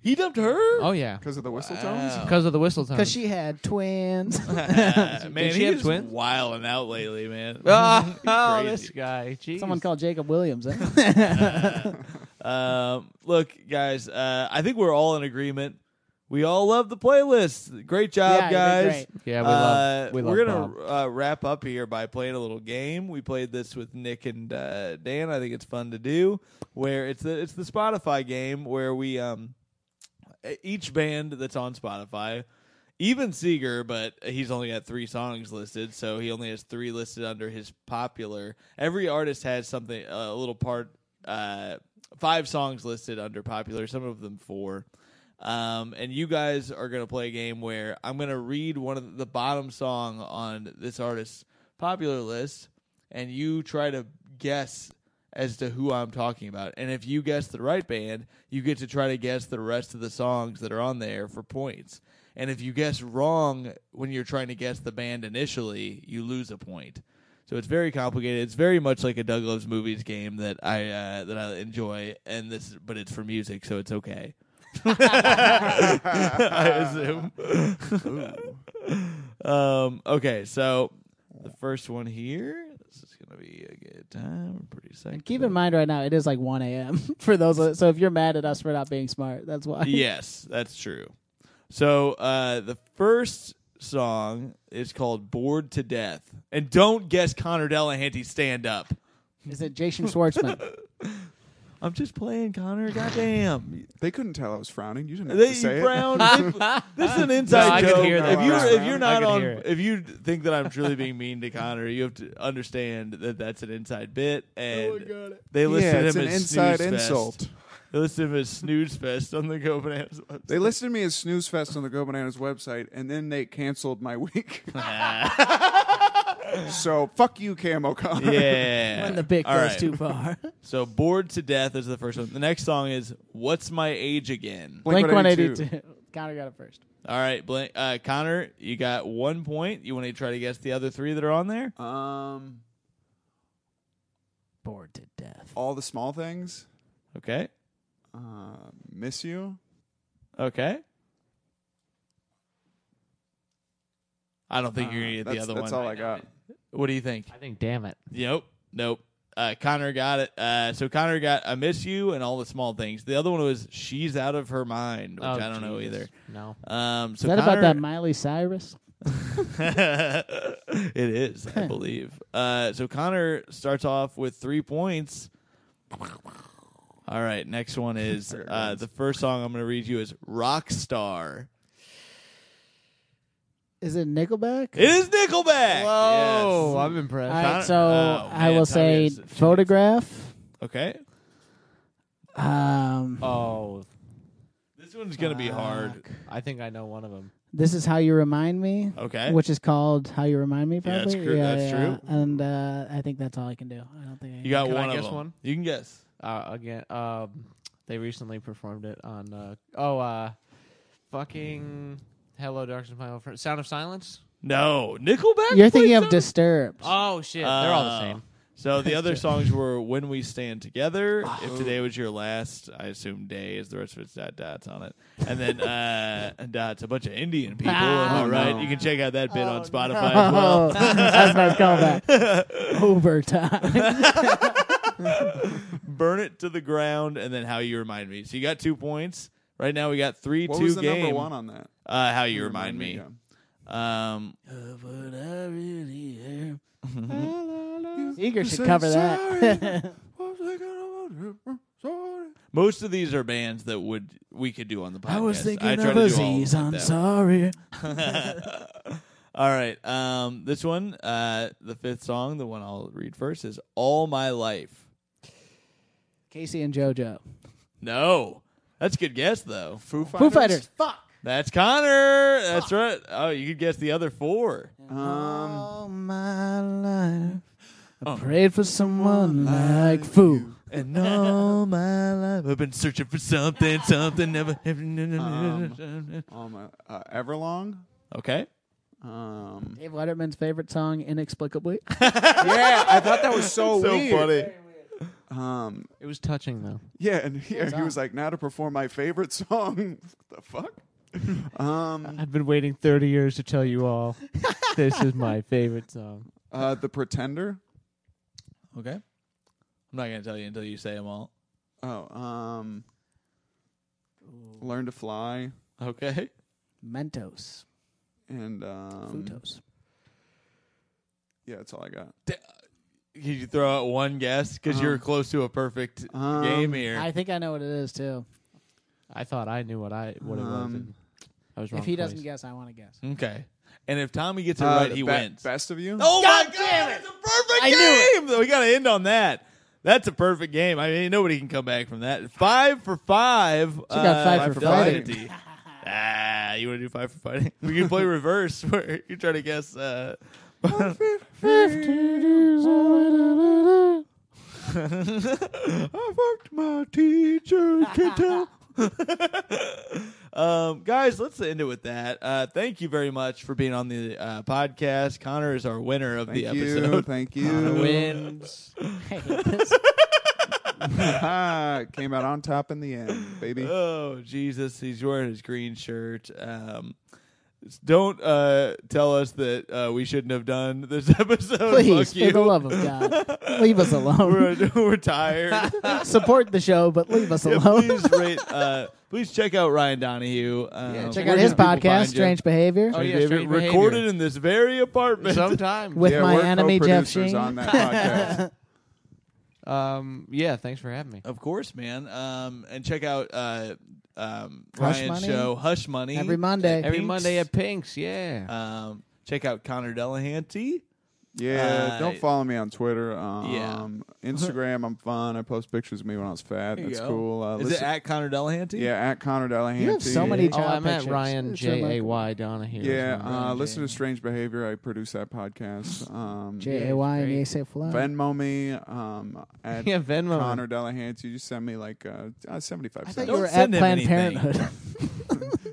A: he dumped her.
C: Oh yeah,
D: Because of the whistle tones?
C: because of the whistle tone.
B: Because she had twins.
A: Uh, man,
C: Did she have
A: he's
C: twins?
A: wilding out lately, man.
C: oh, oh,
A: Crazy.
C: this guy. Jeez.
B: Someone called Jacob Williams. eh?
A: Um, look, guys, uh, I think we're all in agreement. We all love the playlist. Great job,
B: Yeah, you did
A: guys.
B: great.
C: Yeah, we love.
A: Uh,
C: we
A: we're
C: love
A: gonna
C: Bob.
A: Uh, wrap up here by playing a little game. We played this with Nick and uh, Dan. I think it's fun to do. Where it's the it's the Spotify game where we um e-, each band that's on Spotify, even Seeger, but he's only got three songs listed, so he only has three listed under his popular. Every artist has something a little part, uh, five songs listed under popular. Some of them four. Um, and you guys are gonna play a game where I'm gonna read one of the bottom song on this artist's popular list, and you try to guess as to who I'm talking about. And if you guess the right band, you get to try to guess the rest of the songs that are on there for points. And if you guess wrong when you're trying to guess the band initially, you lose a point. So it's very complicated. It's very much like a Doug Loves Movies game that I uh, that I enjoy, and this, but it's for music, so it's okay. I assume. um, okay, so the first one here. This is gonna be a good time. I'm pretty psyched.
B: And keep
A: about
B: in mind, right now it is like 1 a.m. for those. So if you're mad at us for not being smart, that's why.
A: Yes, that's true. So uh, the first song is called "Bored to Death," and don't guess Connor Delahanty stand up.
B: Is it Jason Schwartzman?
A: I'm just playing, Connor. Goddamn,
D: They couldn't tell I was frowning. You didn't have
A: they
D: to say
A: you
D: it.
A: frown. They- this is an inside
C: I could
A: joke.
C: hear that
A: if you're
D: frown.
A: if you're not
C: I could
A: on,
C: hear it.
A: if you think that I'm truly being mean to Connor, you have to understand that that's an inside bit, and they
D: yeah,
A: listed
D: it's
A: him
D: an
A: as
D: inside
A: snooze fest.
D: insult.
A: They listed him as Snooze Fest on the Copenhagen. website.
D: They listed me as Snooze Fest on the Go Bananas website, and then they canceled my week. so fuck you, Cam O'Connor.
A: Yeah.
B: when the bit
A: All
B: goes
A: right.
B: too far.
A: So bored to death is the first one. The next song is "What's My Age Again."
B: Blink
D: Blink 182.
B: 182. Connor got it first.
A: All right, Blank, uh, Connor, you got one point. You want to try to guess the other three that are on there?
D: Um,
B: Bored to death.
D: all the small things.
A: Okay.
D: Uh, miss you.
A: Okay. I don't think you're gonna get
D: Uh, that's
A: the other
D: that's
A: one.
D: all I got.
A: What do you think?
C: I think, damn it.
A: Nope. Nope. Uh, Connor got it. Uh, so Connor got "I Miss You" and all the small things. The other one was "She's Out of Her Mind," which
C: Oh,
A: I don't know either.
C: Jesus. No.
A: Um, so
B: Is that about
A: Connor-
B: that Miley Cyrus?
A: it is, I believe. Uh, so Connor starts off with three points. All right, next one is uh, the first song I'm going to read you is "Rockstar."
B: Is it Nickelback?
A: It is Nickelback. Yes.
C: Whoa, Oh, I'm impressed.
B: All right,
A: Connor-
B: so
A: oh,
B: I
A: man, Tommy
B: will say
A: has a chance.
B: photograph.
A: Okay,
B: Um,
C: oh,
A: this one's going to be hard.
C: I think I know one of them.
B: this is how you remind me,
A: Okay,
B: which is called how you remind me.
A: Yeah, that's
B: Probably,
A: cr- that's true.
B: And uh, I think that's all I can do. I don't think I
A: you got
C: Can I
A: one of
C: guess
A: them.
C: one?
A: You can guess.
C: Uh, again, um, they recently performed it on. Uh, oh, uh, fucking Hello, Darkness, My Old Friend. Sound of Silence.
A: No, Nickelback.
B: You're thinking
A: plays
B: of
A: that?
B: Disturbed.
C: Oh shit, they're all the
A: Uh,
C: same.
A: So the other songs were "When We Stand Together," "If Today Was Your Last," I assume "Day" is the rest of its dot dots on it, and then uh, dots a bunch of Indian people. am I
B: Oh,
A: right?
D: no.
A: You can check out that bit on Spotify as
B: Oh,
A: well.
B: that's nice callback. Overtime.
A: Burn it to the ground, and then "How You Remind Me." So you got two points. Right now we got three
D: What
A: two
D: was the
A: game.
D: number one on that?
A: Uh, "How You Remind Me."
D: yeah.
A: Um,
B: Eager should cover that.
A: most of these are bands that would we cocould do on the podcast.
B: I was thinking
A: try
B: of
A: to
B: a
A: do all
B: Z's.
A: like
B: I'm
A: that.
B: sorry.
A: All right. Um, this one, uh, the fifth song, the one I'll read first is "All My Life."
B: Casey and JoJo.
A: No, that's a good guess though.
D: Foo Fighters.
B: Foo Fighters. Fuck.
A: That's Connor. That's right. Oh, you could guess the other four.
D: Um,
B: All my life, I prayed for someone like Foo.
A: And all my life, I've been searching for something, something never.
D: um, uh, uh, Everlong.
A: okay.
D: Um,
B: Dave Letterman's favorite song, Inexplicably.
D: yeah, I thought that was so, weird.
A: funny.
D: Um,
C: It was touching though.
D: yeah, and yeah, he was like, "Now to perform my favorite song." the fuck? um,
C: I've been waiting 30 years to tell you all. this is my favorite song.
D: uh, the Pretender.
A: Okay. I'm not gonna tell you until you say them all.
D: Oh, um, Learn to Fly
A: Okay.
B: Mentos.
D: and um,
B: Futos.
D: yeah, that's all I got.
A: Could you throw out one guess? Because you're
D: Um,
A: close to a perfect
D: um,
A: game here.
B: I think I know what it is, too.
C: I thought I knew what I what it was.
D: Um,
C: and I was wrong.
B: If he
C: twice.
B: doesn't guess, I want to guess.
A: okay. And if Tommy gets it
D: Uh,
A: right,
D: the
A: he
D: be-
A: wins.
D: Best of you.
A: Oh
B: God
A: my god,
B: damn it.
A: it's a perfect
B: I knew
A: game. We gotta end on that. That's a perfect game. I mean, nobody can come back from that. Five for five. She
B: got five for
D: fighting.
A: ah, you want to do five for fighting? We can play reverse, where you try to guess. Uh, I worked my teacher can tell. um, guys, let's end it with that. Uh, thank you very much for being on the uh, podcast. Connor is our winner of
D: Thank
A: the
D: you.
A: episode.
D: Thank
C: The
D: you.
C: wins.
B: Hey, this-
D: Ah, Came out on top in the end, baby.
A: Oh Jesus, he's wearing his green shirt. Um, don't uh, tell us that uh, we shouldn't have done this episode.
B: please,
A: Fuck
B: for the
A: you.
B: love of God, leave us alone.
A: We're, we're tired.
B: Support the show, but leave us
A: Yeah,
B: alone.
A: please rate. Uh, please check out Ryan Donahue. Um,
B: Check
A: where
B: out
A: can
B: his
A: people find you?
B: podcast, Strange Behavior.
C: Oh, yeah,
A: David,
C: Strange Behavior.
A: recorded in this very apartment.
C: Sometimes.
B: With
D: yeah,
B: my
D: we're
B: enemy, Jeff
D: co-producers
B: Sheen.
D: on that podcast.
C: um, yeah, thanks for having me.
A: Of course, man. Um, and check out uh, um,
B: Hush
A: Ryan's
B: Money?
A: show, Hush Money,
B: Every Monday.
A: Pink's.
C: Every Uh, Monday at Pink's, yeah. Oh,
A: Um, check out Connor Delahanty.
D: Yeah,
A: Uh,
D: don't follow me on Twitter. Um,
A: Yeah.
D: Instagram, I'm fun. I post pictures of me when I was fat.
A: There you
D: That's
A: go.
D: cool. Uh,
A: Is it
D: listen-
A: at Connor Delahanty?
D: yeah, at Connor Delahanty.
B: You have so many
C: Oh,
B: child
C: I meant
B: pictures.
C: Ryan
B: It's
C: J A
B: remarkable.
C: Y Donahue. or
D: Yeah,
C: something.
D: uh, listen to Strange Behavior. I produce that podcast. Um,
B: J A Y and
C: great.
B: Yay Say Fly.
D: Venmo me um, at
C: yeah, Venmo.
D: Connor Delahanty. You just send me like uh, uh, 75
B: I
D: cents.
B: thought you were at
A: send him
B: Planned
A: anything.
B: Parenthood.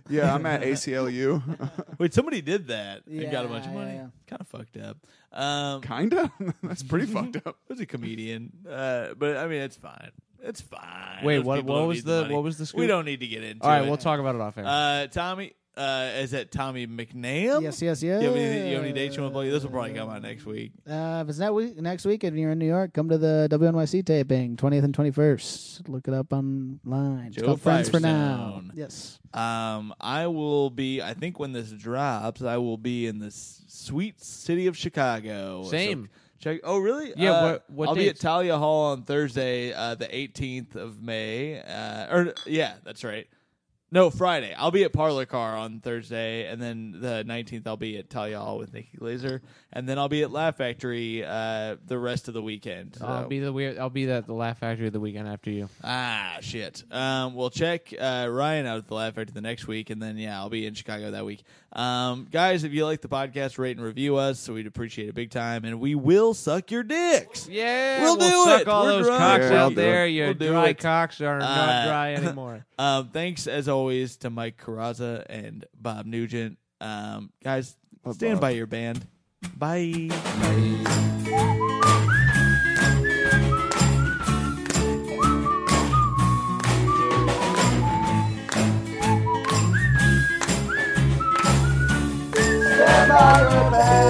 D: yeah, I'm at ACLU.
A: Wait, somebody did that and got a
B: Yeah,
A: bunch of
B: yeah,
A: money.
B: yeah.
A: Kind of fucked up. Um,
D: Kinda. That's pretty fucked up.
A: it was a comedian, uh, but I mean, it's fine. It's fine.
C: Wait,
A: Those
C: what-
A: people
C: what
A: don't
C: was
A: need
C: the-
A: money.
C: what was the scoop?
A: We don't need to get into.
C: All right,
A: it.
C: we'll talk about it off air.
A: Uh, Tommy uh, is that Tommy McNam?
B: yes, yes, yes.
A: You have, any, you have any dates you want to play? This will probably come out next week.
B: Uh, if it's next week, next week, if you're in New York, come to the WNYC taping, 20th and 21st. Look it up online. It's
A: Joe
B: called Friends for Now.
A: Firestone.
B: Yes.
A: Um, I will be. I think when this drops, I will be in the s- sweet city of Chicago. So
C: Same.
A: check. Oh, really?
C: Yeah,
A: Uh,
C: what- what
A: I'll be at
C: dates?
A: Talia Hall on Thursday, uh, the 18th of May. Uh, or yeah, that's right. No, Friday. I'll be at Parlor Car on Thursday, and then the 19th I'll be at Talia Hall with Nikki Glazer, and then I'll be at Laugh Factory uh, the rest of the weekend.
C: I'll
A: So-
C: be the weird. I'll be at the Laugh Factory the weekend after you.
A: Ah, shit. Um, we'll check uh, Ryan out at the Laugh Factory the next week, and then, yeah, I'll be in Chicago that week. Um, guys, if you like the podcast, rate and review us. So we'd appreciate it big time, and we will suck your dicks.
C: Yeah,
A: We'll do
C: suck
A: it.
C: all
A: We're
C: those
A: drunk.
C: cocks
D: Yeah,
C: out
D: we'll do
C: there.
A: it.
C: Your
A: We'll do
C: dry
A: it.
C: cocks are
A: Uh,
C: not dry anymore.
A: Um, thanks, as always, to Mike Carrazza and Bob Nugent. Um, guys,
D: Love
A: stand
D: Bob.
A: by your band. Bye.
F: Stand by your bed.